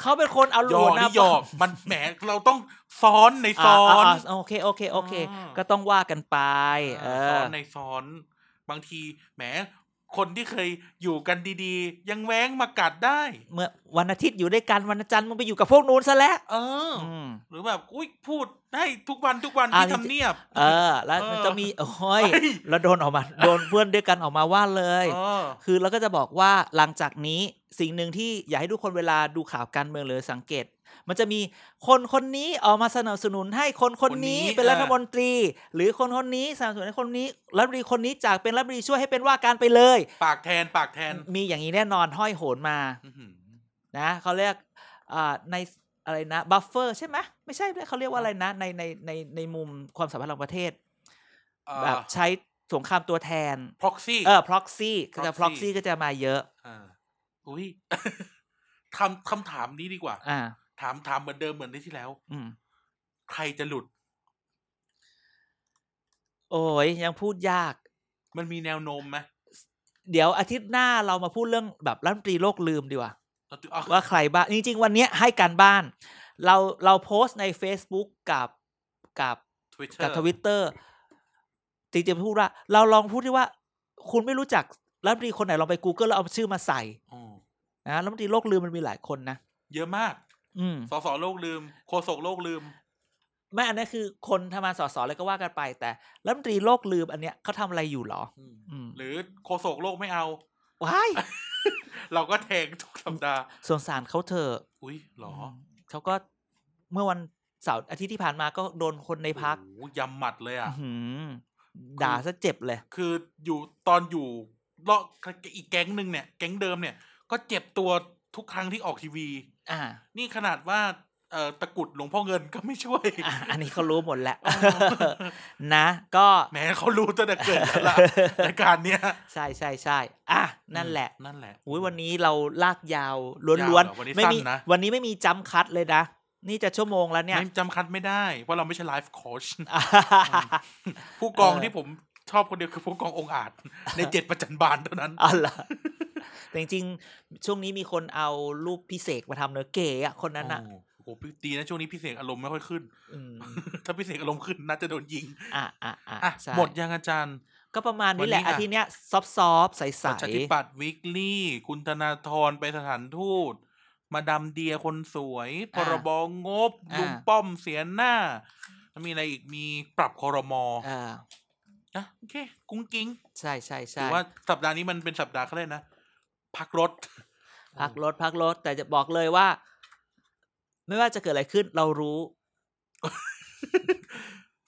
Speaker 1: เขาเป็นคนเอา
Speaker 2: หยอ
Speaker 1: หั
Speaker 2: ก
Speaker 1: วหน้า
Speaker 2: นี่หย
Speaker 1: ป้อ
Speaker 2: อ
Speaker 1: ม
Speaker 2: กมันแหมเราต้องซ้อนในซ้อน
Speaker 1: าาาโอเคโอเคโอเค
Speaker 2: อ่า
Speaker 1: ก็ต้องว่ากันไป เอ
Speaker 2: อ่าซ้อ
Speaker 1: อน
Speaker 2: ในซ้อน บางทีแหมคนที่เคยอยู่กันดีๆ ยังแว้งมากัดได้
Speaker 1: เมื่อวันอาทิตย์อยู่ด้วยกันวันจันทร์มึงไปอยู่กับพวกนู้นซะแล้ว
Speaker 2: เอออ
Speaker 1: อืม
Speaker 2: หรือแบบอุ้ยพูดได้ทุกวันทุกวัน
Speaker 1: อ่า
Speaker 2: ที่
Speaker 1: จริง
Speaker 2: ทำเนียบ
Speaker 1: เออ แล้วมันจะมีโอ้ย
Speaker 2: เฮ้ย
Speaker 1: แล้วโดนออกมา โดนเพื่อนด้วยกันออกมาว่าเลย
Speaker 2: เออ
Speaker 1: คือเราก็จะบอกว่าหลังจากนี้สิ่งหนึ่งที่อยากให้ทุกคนเวลาดูข่าวการเมืองหรือสังเกต มันจะมีคนคนนี้ออกมาสนับสนุนให้คนคนนี้เป็นรัฐมนตรี หรือคนคนนี้สนับสนุนให้คนนี้รัฐมนตรีคนนี้จากเป็นรัฐมนตรีช่วยให้เป็นว่าการไปเลย
Speaker 2: ปากแทนปากแทน
Speaker 1: มีอย่างนี้แน่นอนห้อยโหนมา
Speaker 2: อื้อหือ
Speaker 1: นะเขาเรียกอ่าในอะไรนะบัฟเฟอร์ใช่ไหมไม่ใช่ด้วยเขาเรียกว่าอะไรนะในในในในมุมความสัมพันธ์ระหว่างประเทศ
Speaker 2: อ่า
Speaker 1: แบบใช้สงครามตัวแทน
Speaker 2: proxy
Speaker 1: เออพ็อกซี่ก็จะ
Speaker 2: proxy
Speaker 1: พ็อกซี่ก็จะมาเยอะ
Speaker 2: อ่าอุ้ย <laughs> ทำคำถามนี้ดีกว่า
Speaker 1: อ่า
Speaker 2: ถามถามเหมือนเดิมเหมือนที่ที่แล้ว
Speaker 1: อืม
Speaker 2: ใครจะหลุด
Speaker 1: โอ้ยยังพูดยาก
Speaker 2: มันมีแนวโน้มไหม
Speaker 1: เดี๋ยวอาทิตย์หน้าเรามาพูดเรื่องแบบรัฐมนตรีโลกลืมดีกว่า
Speaker 2: เราจะเอา
Speaker 1: ว่าใครบ้างจริง ๆ วันเนี้ยให้การบ้าน เราเราโพสต์ใน Facebook กับกับ
Speaker 2: Twitter
Speaker 1: กับทวิตเตอร์จริงๆพูดว่า เราลองพูดที่ว่า คุณไม่รู้จักรัฐมนตรีคนไหนลองไป Google แล้วเอาชื่อมาใส่
Speaker 2: อ๋อ
Speaker 1: นะรัฐมนตรีโลกลืมมันมีหลายคนนะ
Speaker 2: เยอะมาก
Speaker 1: อืม
Speaker 2: สสโลกลืมโฆษกโลกลืม
Speaker 1: ไม่อันนั้นคือคนทำงานสสอะไรก็ว่ากันไป แต่รัฐมนตรีโลกลืมอันเนี้ยเขาทำอะไรอยู่หรอ อืม
Speaker 2: หรือโฆษกโลกไม่เอา
Speaker 1: ว้าย
Speaker 2: เราก็แทงทุกสัปดาห์
Speaker 1: สงสารเขาเถอะ
Speaker 2: อุ้ยเหรอ
Speaker 1: มเขาก็เมื่อวันเสาร์อาทิตย์ที่ผ่านมาก็โดนคนในพัก
Speaker 2: โอ้โหยำหมัดเลยอ่ะ
Speaker 1: ด่าซะเจ็บเลย
Speaker 2: คืออยู่ตอนอยู่เลาะอีกแก๊งหนึ่งเนี่ย แก๊งเดิมเนี่ย ก็เจ็บตัวทุกครั้งที่ออกทีวี
Speaker 1: อ่า
Speaker 2: นี่ขนาดว่าเอ่อตะกรุดหลวงพ่อเงินก็ไม่ช่วย
Speaker 1: อ่ะอันนี้เขารู้หมดแล้ว
Speaker 2: อ๋อ
Speaker 1: <laughs> นะ ก็
Speaker 2: แหมเขารู้ตั้งแต่เกิดแล้ว
Speaker 1: <laughs>
Speaker 2: ล่ะรายการเนี้ย
Speaker 1: ใช่ใช่ใช่อ่ะ นั่นแหละ
Speaker 2: นั่นแหละ
Speaker 1: อุยวันนี้เราลากยาว
Speaker 2: ยาว
Speaker 1: ล้วน
Speaker 2: เหรอวันนี้
Speaker 1: ไม่มี
Speaker 2: สั้นนะ
Speaker 1: วันนี้ไม่มีจำคัดเลยนะ นี่จะชั่วโมงแล้วเนี่ย
Speaker 2: ไม่จำคัดไม่ได้ เพราะเราไม่ใช่ไลฟ์โค้ช ผู้กอง
Speaker 1: เออ
Speaker 2: ที่ผมชอบคนเดียวคือผู้กององค์
Speaker 1: <laughs>
Speaker 2: อาจ ในเจ็ดประจันบานเท่านั้น
Speaker 1: อ๋อ <laughs> เหรอแต่จริงๆ ช่วงนี้มีคนเอารูปพิเศษมาทำเนอะเก๋อะคนนั้นอะ
Speaker 2: โอ้โหโหพี่ดีนะช่วงนี้พี่เสกอารมณ์ไม่ค่อยขึ้น <laughs>
Speaker 1: อืม
Speaker 2: ถ้าพี่เสกอารมณ์ขึ้นน่าจะโดนยิง
Speaker 1: อ่ะอ่ะอ่ะ
Speaker 2: อ่ะ
Speaker 1: ใช่
Speaker 2: หมดยังอาจารย์
Speaker 1: ก็ประมาณนี้แหละ
Speaker 2: วันนี้
Speaker 1: อา
Speaker 2: อะ
Speaker 1: ทิตย์เนี้ยซอฟต์ๆใส
Speaker 2: ประชาธิ
Speaker 1: ๆ
Speaker 2: ปัตย์วิกลี่ คุณธนาธรไปสถานทูต มาดามเดียคนสวย พรบงบ
Speaker 1: า
Speaker 2: ลุงป้อมเสียหน้าแล้วมีอะไรอีกมีปรับคอรมอ
Speaker 1: อ่า
Speaker 2: นะโอเค กุ้งกิ้ง
Speaker 1: ใช่ใช่ใช่
Speaker 2: ถือว่าสัปดาห์นี้มันเป็นสัปดาห์เขาเลยกนะ พักรถ <laughs>
Speaker 1: พักรถพักรถแต่จะบอกเลยว่า ไม่ว่าจะเกิดอะไรขึ้น เรารู้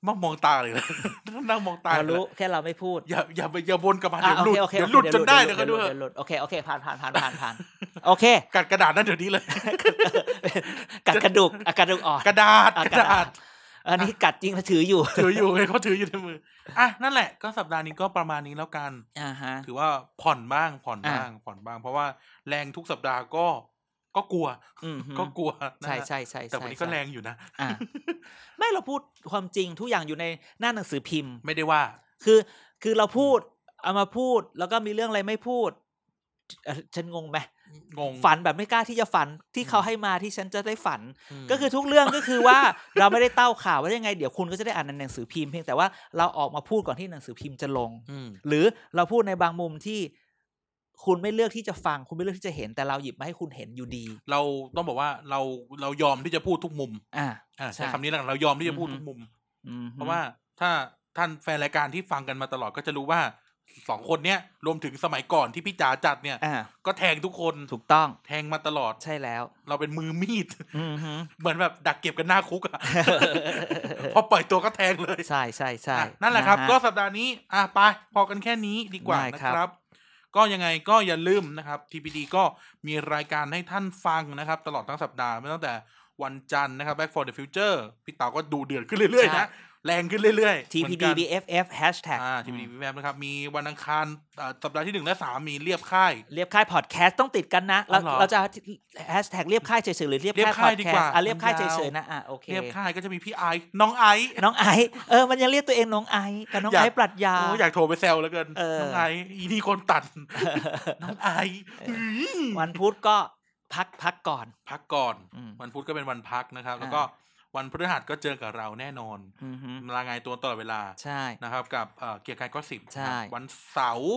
Speaker 2: มองมองตาเลยนะ <laughs> นั่งมองตา
Speaker 1: เรา
Speaker 2: เลยนะ
Speaker 1: รู้แค่เราไม่พูด
Speaker 2: อย่าอย่าไปอย่าวนกลับมา
Speaker 1: อ่ะ
Speaker 2: เดี๋
Speaker 1: โอ
Speaker 2: ยวหลุ
Speaker 1: เคโอ
Speaker 2: ด
Speaker 1: เค
Speaker 2: เดี๋ยว
Speaker 1: โอ
Speaker 2: หลุด
Speaker 1: ค
Speaker 2: จนได้
Speaker 1: เดี๋
Speaker 2: เดี๋
Speaker 1: ย
Speaker 2: ยว
Speaker 1: ห
Speaker 2: วก็
Speaker 1: ลุด
Speaker 2: ด้วย
Speaker 1: เดี๋ยวหลุดเดี๋ยวหลุดโอเคโอเคผ่านผ่านผ่านผ่านผ่านโอ
Speaker 2: <laughs>
Speaker 1: เค
Speaker 2: กัดกระดาษนั่นเดี๋ยวนี้เลย
Speaker 1: กัดกระดูกอ่ะกระดูกอ่อน
Speaker 2: กระดาษ
Speaker 1: อ่ะ
Speaker 2: กระดาษ
Speaker 1: อันนี้กัดจริงแล้วถืออยู่
Speaker 2: ถืออยู่เลยเขาถืออยู่ในมือ อ่ะ นั่นแหละ ก็สัปดาห์นี้ก็ประมาณนี้แล้วกัน
Speaker 1: อ่าฮะ
Speaker 2: ถือว่าผ่อนบ้าง ผ่อนบ้าง ผ่อนบ้าง เพราะว่าแรงทุกสัปดาห์ก็ ก็กลัว
Speaker 1: อืมฮึ
Speaker 2: ก็กลัวนะ
Speaker 1: ใช่
Speaker 2: ฮะ
Speaker 1: ใช่ใช่
Speaker 2: แต่วันนี้ก็
Speaker 1: ใช่
Speaker 2: แรงอยู่นะ <laughs>
Speaker 1: อ่ะไม่เราพูดความจริงทุกอย่างอยู่ในหน้าหนังสือพิมพ์
Speaker 2: ไม่ได้ว่า
Speaker 1: คือคือเราพูดเอามาพูดแล้วก็มีเรื่องอะไรไม่พูดเอ่อฉันงงไหม
Speaker 2: งง
Speaker 1: ฝันแบบไม่กล้าที่จะฝันที่เขาให้มาที่ฉันจะได้ฝัน
Speaker 2: ม
Speaker 1: ก็คือทุกเรื่องก็คือว่า เราไม่ได้เต้าข่าวว่ายังไง เดี๋ยวคุณก็จะได้อ่านในหนังสือพิมพ์เพียงแต่ว่าเราออกมาพูดก่อนที่หนังสือพิมพ์จะลง
Speaker 2: ม
Speaker 1: หรือเราพูดในบางมุมที่ คุณไม่เลือกที่จะฟัง คุณไม่เลือกที่จะเห็นแต่เราหยิบมาให้คุณเห็นอยู่ดี
Speaker 2: เราต้องบอกว่าเรา เรายอมที่จะพูดทุกมุม
Speaker 1: อ่า
Speaker 2: อ่าใช้
Speaker 1: ใช่
Speaker 2: คำนี้แล้วกันเรายอมที่จะพูด
Speaker 1: อือฮึ
Speaker 2: ทุกมุม
Speaker 1: อืม
Speaker 2: เพราะว่าถ้าท่านแฟนรายการที่ฟังกันมาตลอดก็จะรู้ว่าสองคนเนี้ยรวมถึงสมัยก่อนที่พี่จ๋าจัดเนี่ย
Speaker 1: อ่า
Speaker 2: ก็แทงทุกคน
Speaker 1: ถูกต้อง
Speaker 2: แทงมาตลอด
Speaker 1: ใช่แล้ว
Speaker 2: เราเป็นมือมีด <laughs>
Speaker 1: อืมฮึ
Speaker 2: เหมือนแบบดักเก็บกันหน้าคุกอะ
Speaker 1: <laughs>
Speaker 2: พอปล่อยตัวก็แทงเลย
Speaker 1: ใช่ใช่ใช่
Speaker 2: อ่ะนั่นแหละครับ
Speaker 1: ฮ
Speaker 2: ก็สัปดาห์นี้ อ่ะไป พอกันแค่นี้ดีกว่า
Speaker 1: ได้
Speaker 2: นะครับ ครับ ก็ยังไงก็อย่าลืมนะครับ TPD ก็มีรายการให้ท่านฟังนะครับ ตลอดทั้งสัปดาห์ไม่ตั้งแต่วันจันทร์นะครับ Back for the Future พี่เต๋าก็ดูเดือดขึ้นเรื่อยๆนะแรงขึ้นเรื่อยๆเหมือน
Speaker 1: TPD
Speaker 2: กัน
Speaker 1: BFF hashtag
Speaker 2: อ่า TPD แวบนะครับ มีวันอังคารอ่าสัปดาห์ที่หนึ่งและสามมีเรียบค่าย
Speaker 1: เรียบค่ายพอดแคสต์ต้องติดกันนะ เรา
Speaker 2: อ๋อเหรอ
Speaker 1: เราจะแฮชแท็กเรียบค่ายเฉยๆหรือเรียบ
Speaker 2: เรีย
Speaker 1: ค่ายพอ
Speaker 2: บค่าย
Speaker 1: ด
Speaker 2: ดี
Speaker 1: แค
Speaker 2: ก
Speaker 1: ส
Speaker 2: ว่า
Speaker 1: ต์อ่ะเรียบค่าย
Speaker 2: มัน
Speaker 1: เฉ
Speaker 2: ยาว
Speaker 1: ยๆนะอ่ะโอเค
Speaker 2: เรียบค่ายก็จะมีพี่ไอซ์น้องไอซ์
Speaker 1: น้องไอซ์เออมันยังเรียกตัวเองน้องไอซ์กับน้อง
Speaker 2: อยาก
Speaker 1: ไอซ์ปรัชญา
Speaker 2: โอ้อยากโทรไปแซวแล้วเกิน
Speaker 1: เออ
Speaker 2: น้องไอซ์อีนี่คนตัด น้องไอซ์ม
Speaker 1: วันพุธก็พักพักก่อน
Speaker 2: พักก่อน
Speaker 1: อืม
Speaker 2: วันพุธก็เป็นวันพักนะครับ
Speaker 1: อ่า
Speaker 2: แล้วก็วันพฤหัสก็เจอกับเราแน่นอน
Speaker 1: อือฮึ
Speaker 2: รายงานตัวตลอดเวลา
Speaker 1: ใช่
Speaker 2: นะครับ กับเอ่อเกียร์กายก็สิบ
Speaker 1: ใช่
Speaker 2: วันเสาร์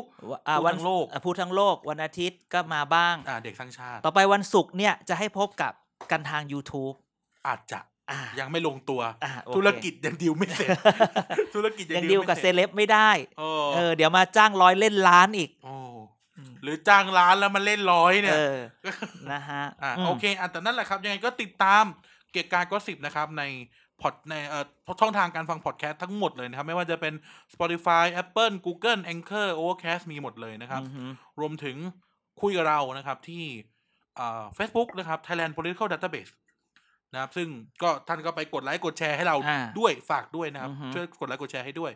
Speaker 1: อ่ะ
Speaker 2: พูดทั้งโลก
Speaker 1: อ่ะพูดทั้งโลกวันอาทิตย์ก็มาบ้าง
Speaker 2: อ่าเด็กสร้างชาติ
Speaker 1: ต่อไปวันศุกร์เนี่ยจะให้พบกับกันทาง YouTube
Speaker 2: อาจจะ
Speaker 1: อ่ะ
Speaker 2: ยังไม่ลงตัว
Speaker 1: อ่ะโอเค
Speaker 2: ธุรกิจยังดิวไม่
Speaker 1: <laughs>
Speaker 2: เสร็จ ธุรกิจ
Speaker 1: ยั
Speaker 2: ยัง ง
Speaker 1: ดิ
Speaker 2: ดิ
Speaker 1: ว
Speaker 2: ว
Speaker 1: กับ
Speaker 2: ไม่
Speaker 1: เซ
Speaker 2: เสร็จ
Speaker 1: เลบไม่ได้
Speaker 2: โอ้
Speaker 1: เออ เดี๋ยวมาจ้างร้อยเล่นล้านอีก
Speaker 2: โอ้หรือจ้างร้านแล้วมาเล่นร้อยเนี่
Speaker 1: เอย อ <laughs> นะฮะ
Speaker 2: อ่าม โอเคอ่ะแต่นั่นแหละครับยังไงก็ติดตามเกียรติกายก็สิบนะครับ ในพอดในเอ่อช่องทางการฟังพอดแคสต์ทั้งหมดเลยนะครับ ไม่ว่าจะเป็น Spotify Apple Google Anchor Overcast มีหมดเลยนะครับ
Speaker 1: อือฮึ
Speaker 2: รวมถึงคุยกับเรานะครับที่เอ่อ Facebook นะครับ Thailand Political Database นะครับ ซึ่งก็ท่านก็ไปกดไลค์กดแชร์ให้เรา
Speaker 1: อ่า
Speaker 2: ด้วยฝากด้วยนะครับ
Speaker 1: อือฮึ
Speaker 2: ช่วยกดไลค์กดแชร์ให้ด้วย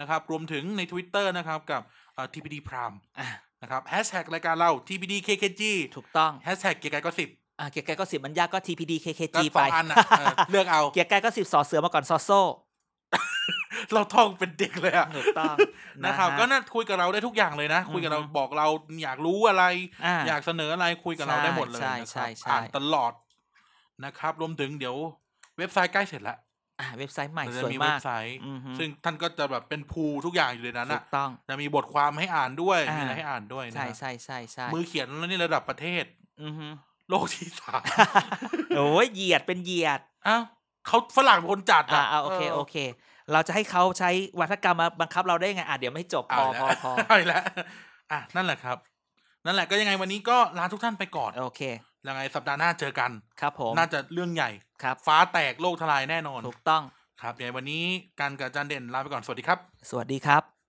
Speaker 2: นะครับ รวมถึงใน Twitter นะครับกับเอ่อ TPD Prime
Speaker 1: อ่ะ
Speaker 2: นะครับแฮชแท็กรายการเรา TPD KKG
Speaker 1: ถูกต้อง
Speaker 2: แฮชแท็กเกียรติกายก็สิบ
Speaker 1: อ่ะเกียร์กายก็สิบมันยากก็ TPD
Speaker 2: ก็
Speaker 1: KKG
Speaker 2: ส
Speaker 1: ไป
Speaker 2: องอั
Speaker 1: <laughs>
Speaker 2: นน่ะเออเลือกเอา
Speaker 1: เกียร์กายก็สิบสอเสือมาก่อนซอโซ่
Speaker 2: เราท่องเป็นเด็กเลยอะ
Speaker 1: ถูกต้อง
Speaker 2: นะครับ
Speaker 1: ฮ
Speaker 2: ก็น่าคุยกับเราได้ทุกอย่างเลยนะ คุยกับเรา
Speaker 1: อือฮึ
Speaker 2: บอกเราอยากรู้อะไร
Speaker 1: อ่ะ
Speaker 2: อยากเสนออะไรคุยกับเราได้หมดเลย
Speaker 1: ใช่
Speaker 2: นะค
Speaker 1: ใช่
Speaker 2: รับ
Speaker 1: ใช่
Speaker 2: อ่านตลอดนะครับ รวมถึงเดี๋ยวเว็บไซต์ใกล้เสร็จแล้ว
Speaker 1: อ่ะเว็บไซต์ใหม่
Speaker 2: เดี๋ย
Speaker 1: ส
Speaker 2: วจะ
Speaker 1: วย
Speaker 2: มีเว็
Speaker 1: มาก
Speaker 2: บไซต์
Speaker 1: อือฮึ
Speaker 2: ซึ่งท่านก็จะแบบเป็นพูลทุกอย่างอยู่ในนั้น
Speaker 1: ถู
Speaker 2: อะ
Speaker 1: กต้อง
Speaker 2: จะมีบทความให้อ่านด้วย
Speaker 1: อ่ามี
Speaker 2: มีอะไรให้อ่านด้วยนะ
Speaker 1: ใช่
Speaker 2: ครับ
Speaker 1: ใช่ใช่ใช่
Speaker 2: มือเขียนแล้วนี่ระดับประเทศ
Speaker 1: อือฮึ
Speaker 2: โลกที่สาม
Speaker 1: โอ้ยเหยียดเป็นเหยียด
Speaker 2: อ้าวเขาฝรั่งเป็นคนจัด
Speaker 1: อ่าโอเค
Speaker 2: เ
Speaker 1: โอเค เราจะให้เขาใช้วัฒกรรมมาบังคับเราได้ยังไงอ่ะเดี๋ยวไม่จบพอพอพอ
Speaker 2: เอา <laughs> อีกแล้วอ่ะ นั่นแหละครับ นั่นแหละก็ยังไงวันนี้ก็ลาทุกท่านไปก่อน
Speaker 1: โอเค
Speaker 2: ยังไงสัปดาห์หน้าเจอกัน
Speaker 1: ครับผม
Speaker 2: น่าจะเรื่องใหญ่
Speaker 1: ครับ
Speaker 2: ฟ้าแตกโลกทลายแน่นอน
Speaker 1: ถูกต้อง
Speaker 2: ครับยังไงวันนี้การกับอาจารย์เด่นลาไปก่อน สวัสดีครับ
Speaker 1: สวัสดีครับ